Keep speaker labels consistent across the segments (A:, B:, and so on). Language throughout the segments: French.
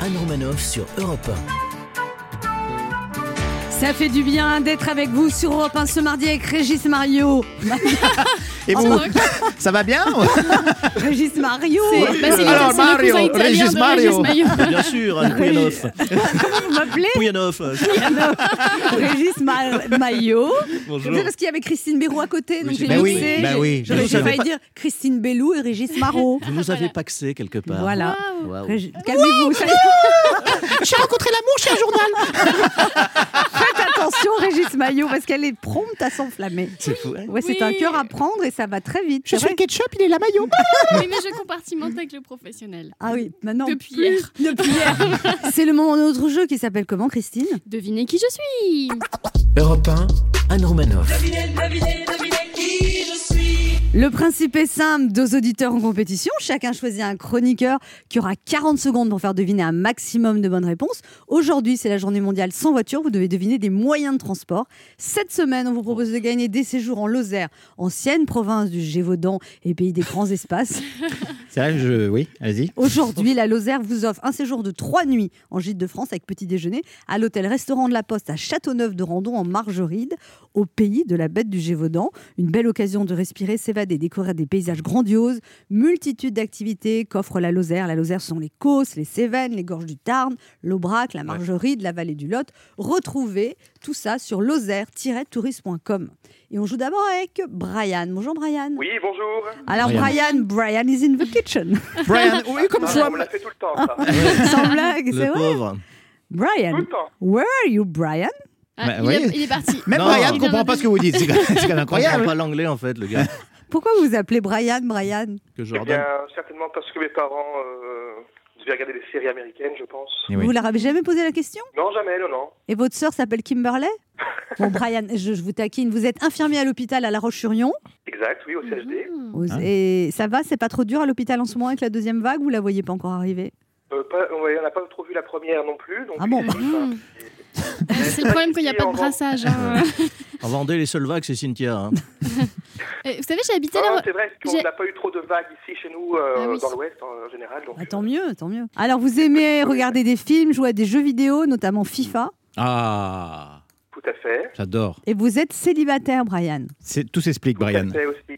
A: Anne Romanoff sur Europe 1.
B: Ça fait du bien d'être avec vous sur Europe 1 ce mardi avec Régis Mario.
C: Et vous, ça va bien
D: Bah,
B: Régis Mario
C: C'est-
B: Oui.
C: bah, c'est Alors, le cousin Mario, italien Régis de Régis Mario. Maillot.
E: Bien sûr, Anne Pouyanov.
B: Vous m'appelez
E: Pouyanov. euh,
B: Régis Ma- Maillot.
E: Bonjour.
B: C'est parce qu'il y avait Christine Béraud à côté, donc
E: Oui,
B: j'ai
E: bah
C: oui,
B: mixé.
C: bah
B: J'ai-
C: oui,
B: j'aurais-
E: bien
B: J'ai
E: sûr.
B: failli dire Christine Bellou et Régis Marot.
E: Vous nous avez paxé quelque part.
B: Voilà.
E: Waouh.
B: Régi- Calmez-vous. ça-
C: J'ai rencontré l'amour chez un journal.
B: Faites attention, Régis Maillot, parce qu'elle est prompte à s'enflammer.
E: C'est fou. hein
B: Ouais, c'est
D: Oui.
B: un cœur à prendre et ça va très vite.
C: Je
B: c'est
C: suis
B: vrai.
C: le ketchup, il est la maillot.
D: Oui, mais je compartimente avec le professionnel.
B: Ah oui, maintenant.
D: Depuis
B: plus-
D: hier.
B: Depuis hier. C'est le moment de notre jeu qui s'appelle comment, Christine
D: Devinez qui je suis
A: Europe 1, Anne Romanoff.
B: Le principe est simple, deux auditeurs en compétition, chacun choisit un chroniqueur qui aura 40 secondes pour faire deviner un maximum de bonnes réponses. Aujourd'hui, c'est la journée mondiale sans voiture, vous devez deviner des moyens de transport. Cette semaine, on vous propose de gagner des séjours en Lozère, ancienne province du Gévaudan et pays des grands espaces.
C: C'est vrai, je... oui, allez-y.
B: Aujourd'hui, la Lozère vous offre un séjour de trois nuits en gîte de France avec petit déjeuner à l'hôtel-restaurant de la Poste à Châteauneuf-de-Randon en Margeride, au pays de la bête du Gévaudan. Une belle occasion de respirer, s'évader, découvrir des paysages grandioses, multitude d'activités qu'offre la Lozère. La Lozère, ce sont les Causses, les Cévennes, les Gorges du Tarn, l'Aubrac, la Margeride, la vallée du Lot. Retrouvez tout ça sur lozère-tourisme.com. Et on joue d'abord avec Brian. Bonjour Brian.
F: Oui, bonjour.
B: Alors Brian, Brian is in the kitchen.
C: Brian, oui, comme
F: Ah,
C: toi.
F: on me l'a fait tout le temps, ça.
B: Sans blague, c'est
E: Le
B: vrai.
E: pauvre.
F: tout
B: Brian,
F: le temps.
B: where are you, Brian
D: Ah,
C: Bah,
D: il,
C: oui.
D: est, il est parti.
C: Même
E: Non.
C: Brian ne comprend pas ce que vous dites. C'est quand c'est quand même
E: Incroyable.
C: incroyable.
E: pas l'anglais en fait, le gars.
B: Pourquoi vous appelez Brian, Brian
E: Que
F: Eh
E: Jordan.
F: bien, certainement parce que mes parents euh, devaient regarder des séries américaines, je pense.
C: Oui.
B: Vous leur avez jamais posé la question
F: Non, jamais, non, non.
B: Et votre sœur s'appelle Kimberley Bon, Brian, je, je vous taquine. Vous êtes infirmier à l'hôpital à La Roche-sur-Yon.
F: Exact, oui, au CHD.
D: Ah.
B: Vous-
C: Hein
B: Et ça va C'est pas trop dur à l'hôpital en ce moment avec la deuxième vague Vous la voyez pas encore arriver
F: Euh, pas- ouais, on n'a pas trop vu la première non plus. Donc
B: Ah bon.
F: c'est comme ça. Ah,
D: Mmh. C'est le problème qu'il n'y a pas de brassage. hein.
E: En Vendée, les seules vagues, c'est Cynthia. hein.
D: Euh, Vous savez, j'ai habité
F: Ah,
D: là.
F: c'est vrai,
D: j'ai-
F: on n'a pas eu trop de vagues ici chez nous, euh,
D: Ah oui.
F: dans l'Ouest en général. Donc, euh,
B: Ah, Tant mieux, tant mieux. Alors, vous aimez regarder des films, jouer à des jeux vidéo, notamment FIFA.
C: Ah,
F: Tout à fait.
C: j'adore.
B: Et vous êtes célibataire, Brian
C: C'est- Tout s'explique, Brian.
F: Tout à fait aussi.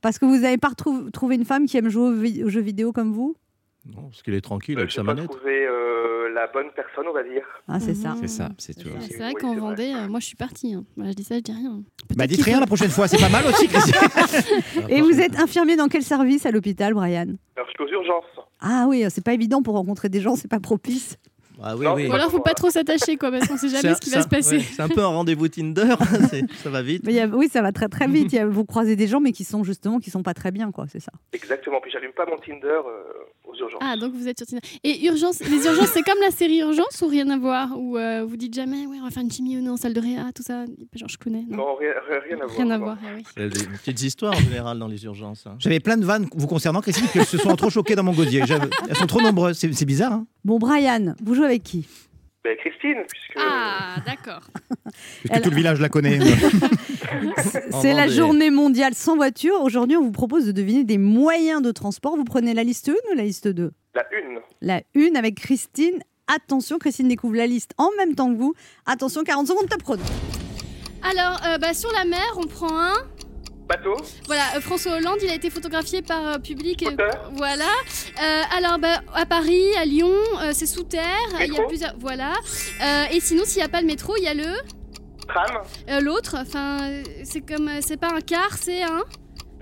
B: parce que vous n'avez pas retrou- trouvé une femme qui aime jouer aux, vi- aux jeux vidéo comme vous
E: Non, parce qu'il est tranquille
F: Euh,
E: avec
F: j'ai
E: sa
F: pas
E: manette.
F: trouvé euh, la bonne personne, on va dire.
B: Ah, c'est ça.
D: Mhm.
C: C'est ça, c'est tout.
D: C'est vrai
F: Oui,
D: qu'en
F: Ah, c'est vrai.
D: Vendée, euh, moi je suis partie. hein. Voilà, je dis ça, je dis rien.
C: Bah, dites
D: qu'il
C: rien
D: faut-
C: la prochaine fois, c'est pas mal aussi, Christine.
E: Ah,
B: Et vous êtes infirmier dans quel service à l'hôpital, Brian
F: Alors, je suis aux urgences.
B: Ah oui, c'est pas évident pour rencontrer des gens, c'est pas propice.
E: Ah oui,
F: Non,
E: oui.
F: c'est
D: Ou alors, faut pas trop s'attacher, quoi, parce qu'on sait
E: C'est un-
D: jamais ce qui
E: c'est
D: va
E: un-
D: se passer.
E: ouais, c'est un peu un rendez-vous Tinder. hein, c'est- ça va vite.
B: Mais il y a- oui, ça va très très vite. Il y a- vous croisez des gens, mais qui sont justement qui sont pas très bien, quoi. C'est ça.
F: Exactement. Puis j'allume pas mon Tinder euh, aux urgences.
D: Ah, donc vous êtes sur Tinder. Et urgence, les urgences, c'est comme la série Urgence ou rien à voir Ou euh, vous dites jamais, ouais, on va faire une chimie ou non en salle de réa, tout ça. Genre, je connais. Non,
F: Non, rien, rien- rien à voir.
D: rien à
F: non.
D: voir. ah oui.
E: Il y a des petites histoires en général dans les urgences. hein.
C: J'avais plein de vannes vous concernant, Christine, que se sont trop choquées dans mon gosier. J'avais- Elles sont trop nombreuses. C'est c'est bizarre, hein
B: Bon, Brian, vous jouez avec qui
F: Ben, Christine, puisque.
D: Ah, d'accord.
C: Puisque
B: Elle-
C: tout le village la connaît.
E: En
B: C'est la
E: Vendée.
B: journée mondiale sans voiture. Aujourd'hui, on vous propose de deviner des moyens de transport. Vous prenez la liste 1 ou la liste 2
F: La une.
B: La 1 avec Christine. Attention, Christine découvre la liste en même temps que vous. Attention, 40 secondes, top chrono.
D: Alors, euh, bah, sur la mer, on prend un.
F: Bateau.
D: Voilà, euh, François Hollande, il a été photographié par euh, public. euh,
F: Auteur.
D: voilà. Euh, alors, bah, à Paris, à Lyon, euh, c'est sous terre. Il y a
F: Métro.
D: plusieurs. Voilà. Euh, et sinon, s'il n'y a pas le métro, il y a le.
F: Tram.
D: euh, L'autre. Enfin, euh, c'est comme. euh, C'est pas un car, c'est un.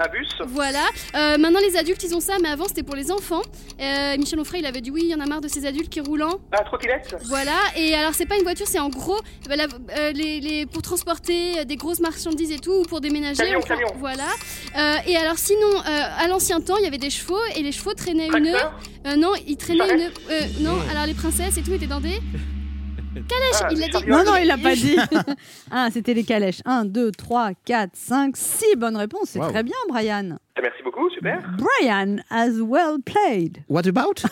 F: Un bus.
D: Voilà. Euh, maintenant, les adultes, ils ont ça, mais avant, c'était pour les enfants. Euh, Michel Onfray, il avait dit oui, il y en a marre de ces adultes qui roulent. en-
F: Un trottinette.
D: Voilà. Et alors, c'est pas une voiture, c'est en gros euh, la- euh, les, les- pour transporter euh, des grosses marchandises et tout, ou pour déménager.
F: Camion,
D: on prend-
F: camion.
D: Voilà. Euh, et alors, sinon, euh, à l'ancien temps, il y avait des chevaux et les chevaux traînaient une.
F: Tracteur.
D: euh, non, ils traînaient une.
F: Charrette.
D: euh, non, alors les princesses et tout étaient dans des. Calèches.
F: Ah,
D: il
F: des
D: l'a dit.
F: chariots.
B: Non, non, il l'a pas dit. Ah, c'était les calèches. 1, 2, 3, 4, 5, 6 bonnes réponses. C'est
C: Wow.
B: très bien, Brian.
F: Ah, Merci beaucoup, super.
B: Brian has well played.
C: What about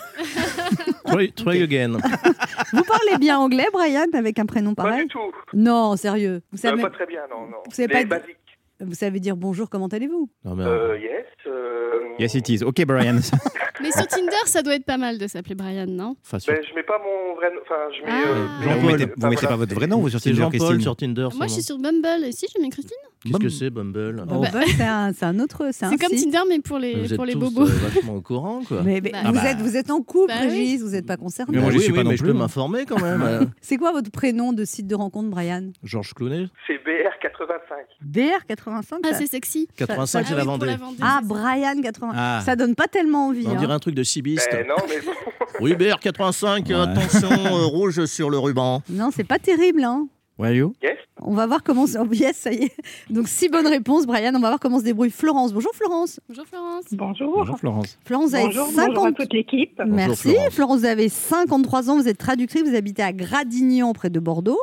E: Try, try again.
B: Vous parlez eh bien anglais, Brian, avec un prénom
F: Pas
B: pareil
F: du tout.
B: Non, sérieux. Vous
F: Euh,
B: savez,
F: Pas très bien, non, non.
B: Vous savez
F: Les
B: pas de-
F: basiques.
E: Ah.
B: vous savez dire bonjour, comment allez-vous
E: Non, mais,
F: Euh, yes. euh,
C: Yes, it is. Ok, Brian.
D: Mais Mais sur Tinder, ça doit être pas mal de s'appeler Brian, non
E: Enfin, sur-
F: Ben, je mets pas mon vrai nom. Enfin, je mets.
D: Ah.
F: euh,
D: Jean-Paul.
F: je mets,
C: Vous mettez,
F: enfin,
C: vous mettez
F: voilà.
C: pas votre vrai nom, vous, sur
E: c'est
C: Tinder,
E: Jean-Paul
C: Christine
E: sur Tinder.
D: Moi, je
E: son
D: suis
E: nom.
D: sur Bumble. Et si, je mets Christine.
E: Qu'est-ce que c'est, Bumble Oh.
B: Bon, bah, c'est un, c'est un autre. C'est un
D: Oh. C'est comme
B: site.
D: Tinder, mais pour les,
E: Vous êtes
D: pour les
E: tous,
D: bobos.
E: euh, vachement au courant, quoi.
B: Mais, mais
D: Bah,
B: vous,
C: bah.
B: êtes, vous êtes en couple,
D: Bah oui.
B: Régis, vous n'êtes pas concerné.
C: Mais moi,
E: Bah
C: j'y
E: oui,
C: suis
E: oui,
C: pas non
E: mais je
C: plus, hein.
E: peux
C: moi.
E: m'informer quand même. euh,
B: C'est quoi votre prénom de site de rencontre, Brian
E: Georges Clooney,
F: C'est BR85.
B: BR85
D: Ah,
B: ça-
D: c'est sexy.
E: 85,
D: Ah
E: c'est
D: oui,
E: la
D: pour
E: Vendée.
D: Vendée,
B: Ah,
D: c'est ça.
B: Brian 80.
C: Ah.
B: Ça donne pas tellement envie.
E: On
B: hein.
E: dirait un truc de cibiste.
F: Ben, non, mais bon,
E: Oui, BR85, euh,
C: Ouais.
E: attention, euh, rouge sur le ruban.
B: Non, c'est pas terrible. Hein.
C: Ouais, you
F: yes.
B: On va voir comment. se- Oh, yes, ça y est. Donc, si bonne réponse, Brian. On va voir comment se débrouille Florence. Bonjour, Florence.
D: Bonjour Florence.
G: Bonjour.
C: Bonjour Florence.
B: Florence, vous avez
G: Bonjour,
B: 50.
G: bonjour à toute l'équipe.
E: Bonjour,
B: Merci.
E: Florence.
B: Florence, vous avez 53 ans. Vous êtes traductrice. Vous habitez à Gradignan, près de Bordeaux.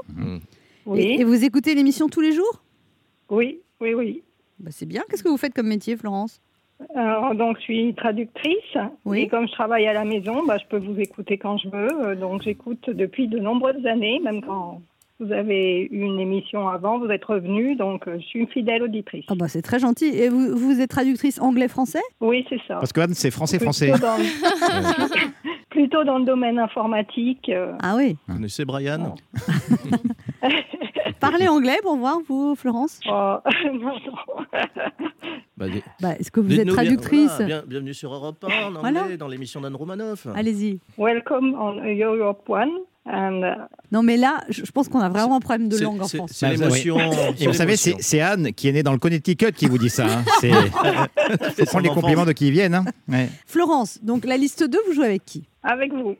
B: Et,
G: Oui,
B: et vous écoutez l'émission tous les jours
G: oui, oui, oui.
B: Bah, C'est bien. Qu'est-ce que vous faites comme métier, Florence
G: Alors, donc, je suis traductrice.
B: Oui.
G: Et comme je travaille à la maison, bah, je peux vous écouter quand je veux. Euh, Donc, j'écoute depuis de nombreuses années, même quand vous avez eu une émission avant, vous êtes revenu. Donc, euh, je suis une fidèle auditrice.
B: Ah bah, C'est très gentil. Et vous, vous êtes traductrice anglais-français
G: Oui, c'est ça.
C: Parce que Anne, c'est français,
G: Plutôt
C: français.
G: dans- Plutôt dans le domaine informatique. euh,
B: Ah oui.
E: Vous connaissez
B: Oh.
E: Brian
B: Parlez anglais pour voir, vous, Florence
G: oh, non, non.
E: Bah, des-
B: bah, Est-ce que vous êtes
E: dites-nous bien-
B: traductrice
E: voilà, bien- bienvenue sur Europe 1, en anglais,
B: Voilà.
E: dans l'émission d'Anne Romanoff.
B: Allez-y.
G: Welcome on Europe One. And, euh,
B: Non, mais là, je je pense qu'on a vraiment un problème de
E: C'est-
B: langue en
E: c'est-
B: France.
E: C'est
C: Bah,
E: l'émotion.
C: Et vous savez, c'est c'est Anne qui est née dans le Connecticut qui vous dit ça. hein. C'est faut prendre les compliments de qui ils viennent. hein. Ouais.
B: Florence, donc la liste 2, vous jouez avec qui
G: avec vous.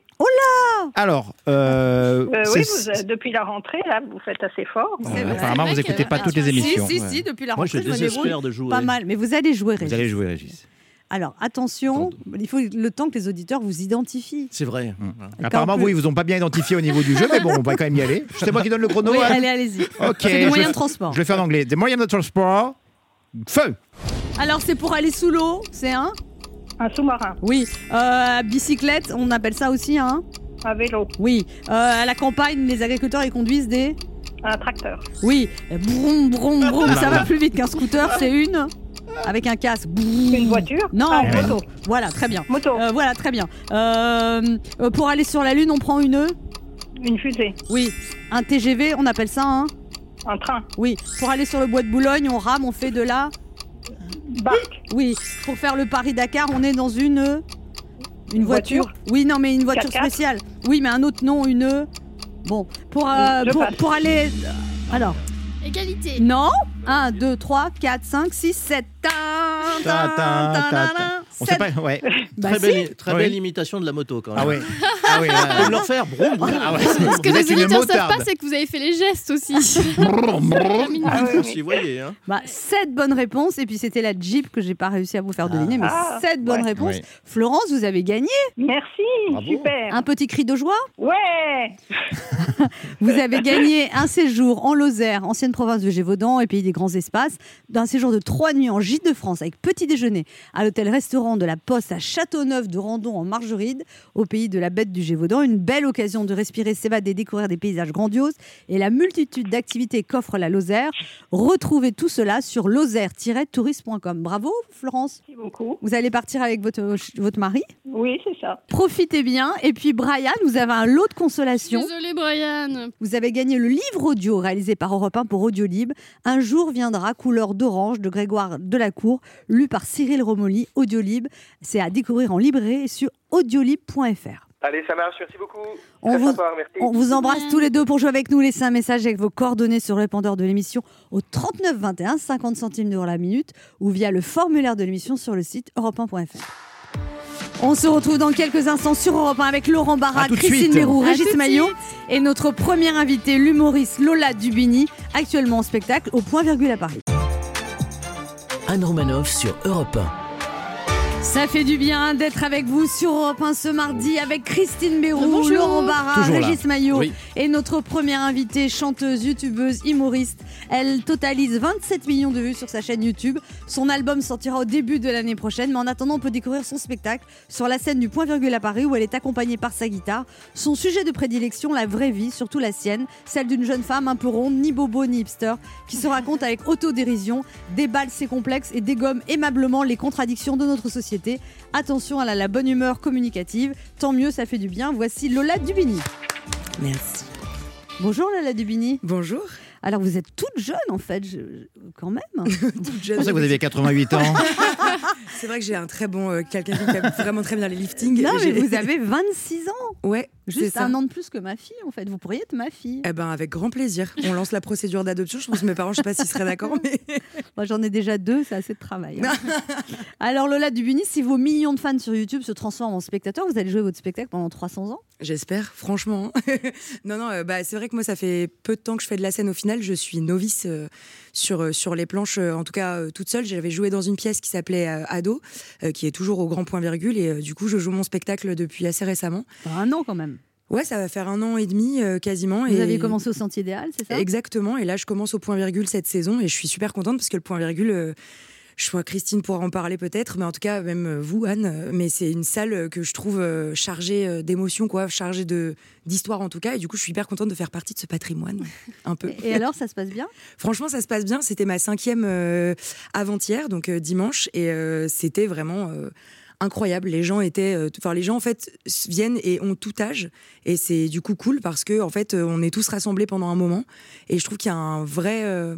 C: Alors,
G: Euh,
C: euh,
G: oui,
C: c'est-
G: vous, euh, depuis la rentrée, là, vous faites assez fort.
E: Euh,
C: Ouais,
B: vrai.
C: apparemment,
D: C'est
C: vous
D: vrai
C: n'écoutez
D: que-
C: pas toutes les
D: Si,
C: émissions.
B: Si, si,
C: Ouais.
B: si, depuis la
E: Moi,
B: rentrée,
E: je
B: je me débrouille
E: désespère de jouer.
B: pas mal. Mais vous allez jouer, Régis.
C: Vous allez jouer, Régis.
B: Alors, attention, il faut le temps que les auditeurs vous identifient.
E: C'est vrai.
C: Apparemment,
B: plus-
C: vous, ils vous ont pas bien identifié au niveau du jeu, mais bon, on va quand même y aller. C'est moi qui donne le chrono.
B: oui,
C: Anne.
B: allez, allez-y.
C: Ok.
B: C'est des
C: je-
B: moyens de transport.
C: Je le fais en anglais. Des moyens de transport. Feu.
B: Alors, c'est pour aller sous l'eau, c'est un
G: Un sous-marin,
B: Oui. Euh, à bicyclette, on appelle ça aussi un
G: un vélo,
B: Oui. Euh, à la campagne, les agriculteurs, ils conduisent des
G: un tracteur,
B: Oui. Brum, brum, brum, ça va plus vite qu'un scooter, c'est une Avec un casque.
H: Hmm.
B: Brum.
G: une voiture,
B: Non.
G: Ah,
C: Ouais.
G: une moto,
B: Voilà, très bien.
G: moto,
B: Euh, voilà, très bien. Euh, euh, pour aller sur la Lune, on prend une
G: une fusée,
B: Oui. Un TGV, on appelle ça un
G: un train,
B: Oui. Pour aller sur le bois de Boulogne, on rame, on fait de la
G: barque,
B: Oui. Pour faire le Paris-Dakar, on est dans une Une voiture.
G: voiture.
B: Oui, non, mais une voiture
G: 4x4.
B: spéciale. Oui, mais un autre nom, une Bon. Pour, euh,
G: Je
B: pour,
G: passe.
B: pour aller. Alors.
D: Égalité.
B: Non 1, 2, 3, 4, 5, 6, 7.
C: Ta, ta, ta, ta. On sait pas. Ouais.
B: Bah,
E: Très belle, très
C: Oui.
E: belle imitation de la moto, quand même.
C: Ah ouais. Ah ouais.
E: On peut
C: là,
E: le
C: là.
E: refaire. Brum, brum.
C: Ah ouais.
D: Ce que
C: Vous êtes
D: les
C: une
D: auditeurs savent pas,
C: motarde.
D: c'est que vous avez fait les gestes aussi.
G: Ah oui,
E: Vous
G: oui.
E: s'y voyez, hein.
B: Bah, 7 bonnes réponses. Et puis c'était la Jeep que j'ai pas réussi à vous faire deviner, mais
G: Ah.
B: 7 bonnes
G: Ouais.
B: réponses.
C: Ouais.
B: Florence, vous avez gagné.
G: merci,
E: Bravo.
G: super,
H: Ah.
B: Un petit cri de joie.
G: ouais,
B: Vous avez gagné un séjour en Lozère, ancienne province du Gévaudan et pays des grands espaces, d'un séjour de 3 nuits en gîte de France avec petit déjeuner à l'hôtel-restaurant de la Poste à Châteauneuf de Randon en Margeride, au pays de la bête du Gévaudan. Une belle occasion de respirer, s'évader, découvrir des paysages grandioses et la multitude d'activités qu'offre la Lozère. Retrouvez tout cela sur lozère-touriste.com. Bravo Florence
G: merci beaucoup,
B: Vous allez partir avec votre, votre mari.
G: oui, c'est ça,
B: Profitez bien. Et puis, Brian, vous avez un lot de
D: Je suis
B: consolation.
D: Désolée, Brian.
B: Vous avez gagné le livre audio réalisé par Europe 1 pour Audiolib. Un jour viendra couleur d'orange de Grégoire Delacour, lu par Cyril Romoli, Audiolib. C'est à découvrir en librairie sur audiolib.fr.
F: Allez, ça marche. Merci beaucoup.
B: On
F: Très
B: vous-
F: sympa, merci.
B: On vous embrasse tous les deux pour jouer avec nous. Laissez un message avec vos coordonnées sur le répondeur de l'émission au 39 21 50 centimes d'euros la minute ou via le formulaire de l'émission sur le site europe 1.fr. On se retrouve dans quelques instants sur Europe 1 avec Laurent
C: À
B: Barra,
C: tout de
B: Christine
C: suite.
B: Mérou,
D: À tout
B: Régis
D: de
B: Maillot
D: suite.
B: et notre première invitée, l'humoriste Lola Dubini, actuellement en spectacle au Point Virgule à Paris.
A: Anne Romanoff sur Europe
B: Ça fait du bien d'être avec vous sur Europe 1 ce mardi avec Christine Béroux,
D: Bonjour.
B: Laurent Barra,
C: Toujours là.
B: Régis Maillot
C: Oui.
B: et notre première invitée, chanteuse, youtubeuse, humoriste. Elle totalise 27 millions de vues sur sa chaîne YouTube. Son album sortira au début de l'année prochaine, mais en attendant, on peut découvrir son spectacle sur la scène du Point Virgule à Paris où elle est accompagnée par sa guitare. Son sujet de prédilection, la vraie vie, surtout la sienne, celle d'une jeune femme un peu ronde, ni bobo ni hipster, qui se raconte avec autodérision, déballe ses complexes et dégomme aimablement les contradictions de notre société. société. Attention, elle a la bonne humeur communicative. Tant mieux, ça fait du bien. Voici Lola Dubini.
I: Merci.
B: Bonjour Lola Dubini.
I: Bonjour.
B: Alors vous êtes toute jeune en fait, je- quand même.
C: C'est pour ça que vous avez 88 ans.
I: C'est vrai que j'ai un très bon euh, quelqu'un qui aime vraiment très bien les liftings.
B: Non, mais
I: J'ai-
B: vous avez 26 ans,
I: Ouais, c'est
B: juste
I: ça.
B: un an de plus que ma fille en fait. Vous pourriez être ma fille.
I: Eh ben avec grand plaisir. On lance la procédure d'adoption. Je pense que mes parents, je sais pas s'ils seraient d'accord, mais
B: Moi j'en ai déjà deux, c'est assez de travail. hein. Alors Lola Dubini, si vos millions de fans sur YouTube se transforment en spectateurs, vous allez jouer votre spectacle pendant 300 ans.
I: j'espère franchement. non non, euh, bah c'est vrai que moi ça fait peu de temps que je fais de la scène. Au final, je suis novice euh, sur euh, sur les planches. euh, en tout cas, euh, toute seule. J'avais joué dans une pièce qui s'appelait euh, Ado, euh, qui est toujours au grand point virgule. Et euh, du coup, je joue mon spectacle depuis assez récemment.
B: Enfin, un an quand même.
I: Ouais, ça va faire un an et demi euh, quasiment.
B: Vous
I: et...
B: avez commencé au Sentier idéal, c'est ça
I: Exactement. Et là, je commence au point virgule cette saison et je suis super contente parce que le point virgule. euh, je crois que Christine pourra en parler peut-être, mais en tout cas, même euh, vous, Anne. euh, Mais c'est une salle euh, que je trouve euh, chargée euh, d'émotions, quoi, chargée de d'histoire en tout cas. Et du coup, je suis hyper contente de faire partie de ce patrimoine, un peu.
B: Et alors, ça se passe bien
I: Franchement, ça se passe bien. C'était ma cinquième euh, avant-hier, donc euh, dimanche, et euh, c'était vraiment. euh, Incroyable, les gens étaient, euh, t- enfin les gens en fait s- viennent et ont tout âge et c'est du coup cool parce que en fait euh, on est tous rassemblés pendant un moment et je trouve qu'il y a un vrai, euh,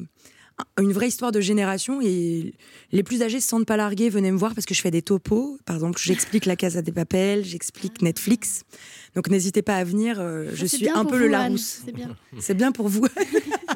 I: un- une vraie histoire de génération et les plus âgés se sentent pas largués, venaient me voir parce que je fais des topos, par exemple j'explique la Casa des Papels, j'explique Netflix, donc n'hésitez pas à venir, euh, je
D: C'est
I: suis
D: bien
I: un
D: pour
I: peu le
D: vous, Anne,
I: Larousse,
D: C'est bien.
I: c'est bien pour vous.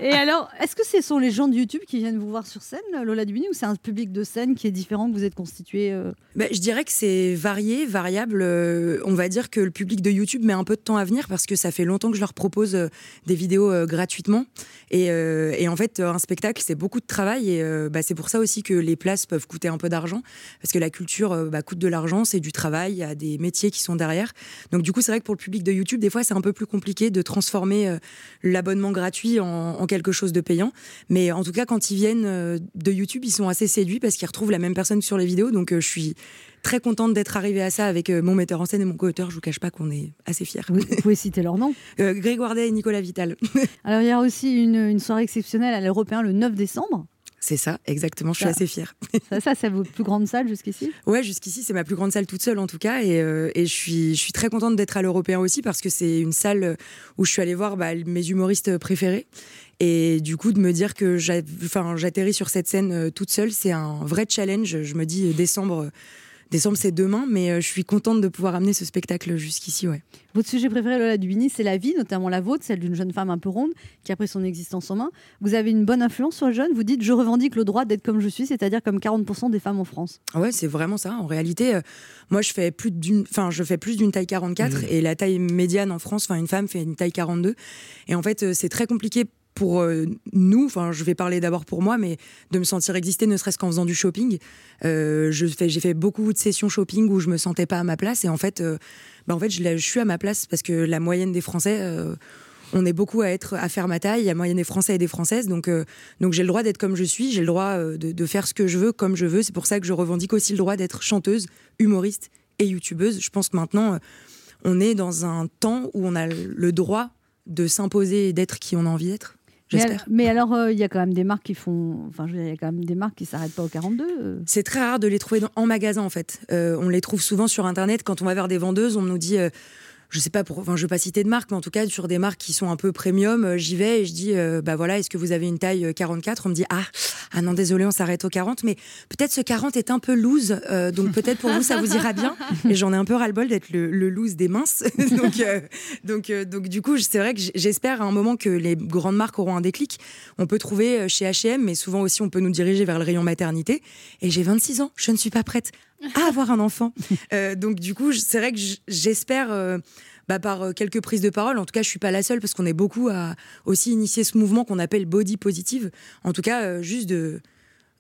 B: Et alors, est-ce que ce sont les gens de YouTube qui viennent vous voir sur scène, Lola Dubini, ou c'est un public de scène qui est différent que vous êtes constitué euh
I: Ben, je dirais que c'est varié, variable. Euh, on va dire que le public de YouTube met un peu de temps à venir parce que ça fait longtemps que je leur propose euh, des vidéos euh, gratuitement. Et, euh, et en fait, euh, un spectacle, c'est beaucoup de travail. Et euh, bah, c'est pour ça aussi que les places peuvent coûter un peu d'argent. Parce que la culture euh, bah, coûte de l'argent, c'est du travail, il y a des métiers qui sont derrière. Donc du coup, c'est vrai que pour le public de YouTube, des fois, c'est un peu plus compliqué de transformer euh, l'abonnement gratuit en, en quelque chose de payant. Mais en tout cas, quand ils viennent euh, de YouTube, ils sont assez séduits parce qu'ils retrouvent la même personne que sur les vidéos. Donc euh, je suis très contente d'être arrivée à ça avec euh, mon metteur en scène et mon co-auteur. Je vous cache pas qu'on est assez fiers.
B: vous, vous pouvez citer leur nom.
I: Euh, Grégoire Day et Nicolas Vital.
B: Alors, il y a aussi une, une soirée exceptionnelle à l'Européen le 9 décembre.
I: C'est ça, exactement. Je suis
B: Ça.
I: assez fière.
B: Ça, ça c'est vos plus grandes salles jusqu'ici
I: Ouais, jusqu'ici, c'est ma plus grande salle toute seule en tout cas. Et, euh, et je, suis, je suis très contente d'être à l'Européen aussi parce que c'est une salle euh, où je suis allée voir bah, mes humoristes préférés. Et du coup, de me dire que j'a- enfin, j'atterris sur cette scène euh, toute seule, c'est un vrai challenge. Je me dis euh, décembre. euh, Décembre, c'est demain, mais euh, je suis contente de pouvoir amener ce spectacle euh, jusqu'ici, ouais.
B: Votre sujet préféré, Lola Dubini, c'est la vie, notamment la vôtre, celle d'une jeune femme un peu ronde qui a pris son existence en main. Vous avez une bonne influence sur les jeunes. Vous dites Je revendique le droit d'être comme je suis, c'est-à-dire comme 40% des femmes en France.
I: Ah Ouais, c'est vraiment ça. En réalité, euh, moi, je fais plus d'une, enfin, je fais plus d'une taille 44 et la taille médiane en France, enfin, une femme fait une taille 42. Et en fait, euh, c'est très compliqué pour euh, nous. Enfin, je vais parler d'abord pour moi, mais de me sentir exister, ne serait-ce qu'en faisant du shopping. Euh, je fais, j'ai fait beaucoup de sessions shopping où je me sentais pas à ma place. Et en fait, euh, bah, en fait, je, la- je suis à ma place parce que la moyenne des Français. euh, on est beaucoup à être à faire ma taille, à moyenne des Français et des Françaises, donc euh, donc j'ai le droit d'être comme je suis, j'ai le droit euh, de, de faire ce que je veux comme je veux. C'est pour ça que je revendique aussi le droit d'être chanteuse, humoriste et youtubeuse. Je pense que maintenant, euh, on est dans un temps où on a le droit de s'imposer et d'être qui on a envie d'être.
B: Mais
I: J'espère.
B: al- Mais alors, euh, il y a quand même des marques qui font. Enfin, je veux dire, il y a quand même des marques qui s'arrêtent pas au 42. euh.
I: C'est très rare de les trouver dans- en magasin en fait. Euh, on les trouve souvent sur internet. Quand on va vers des vendeuses, on nous dit, euh, je sais pas, pour, enfin je vais pas citer de marque, mais en tout cas sur des marques qui sont un peu premium, euh, j'y vais et je dis, euh, bah voilà, est-ce que vous avez une taille euh, 44 On me dit, ah, ah non désolé, on s'arrête au 40, mais peut-être ce 40 est un peu loose, euh, donc peut-être pour vous ça vous ira bien. Et j'en ai un peu ras-le-bol d'être le, le loose des minces, donc euh, donc euh, donc du coup c'est vrai que j- j'espère à un moment que les grandes marques auront un déclic. On peut trouver euh, chez H&M, mais souvent aussi on peut nous diriger vers le rayon maternité et j'ai 26 ans, je ne suis pas prête à avoir un enfant. Euh, donc du coup, je- c'est vrai que j- j'espère, euh, bah, par euh, quelques prises de parole, en tout cas, je suis pas la seule parce qu'on est beaucoup à aussi initier ce mouvement qu'on appelle body positive. En tout cas, euh, juste de,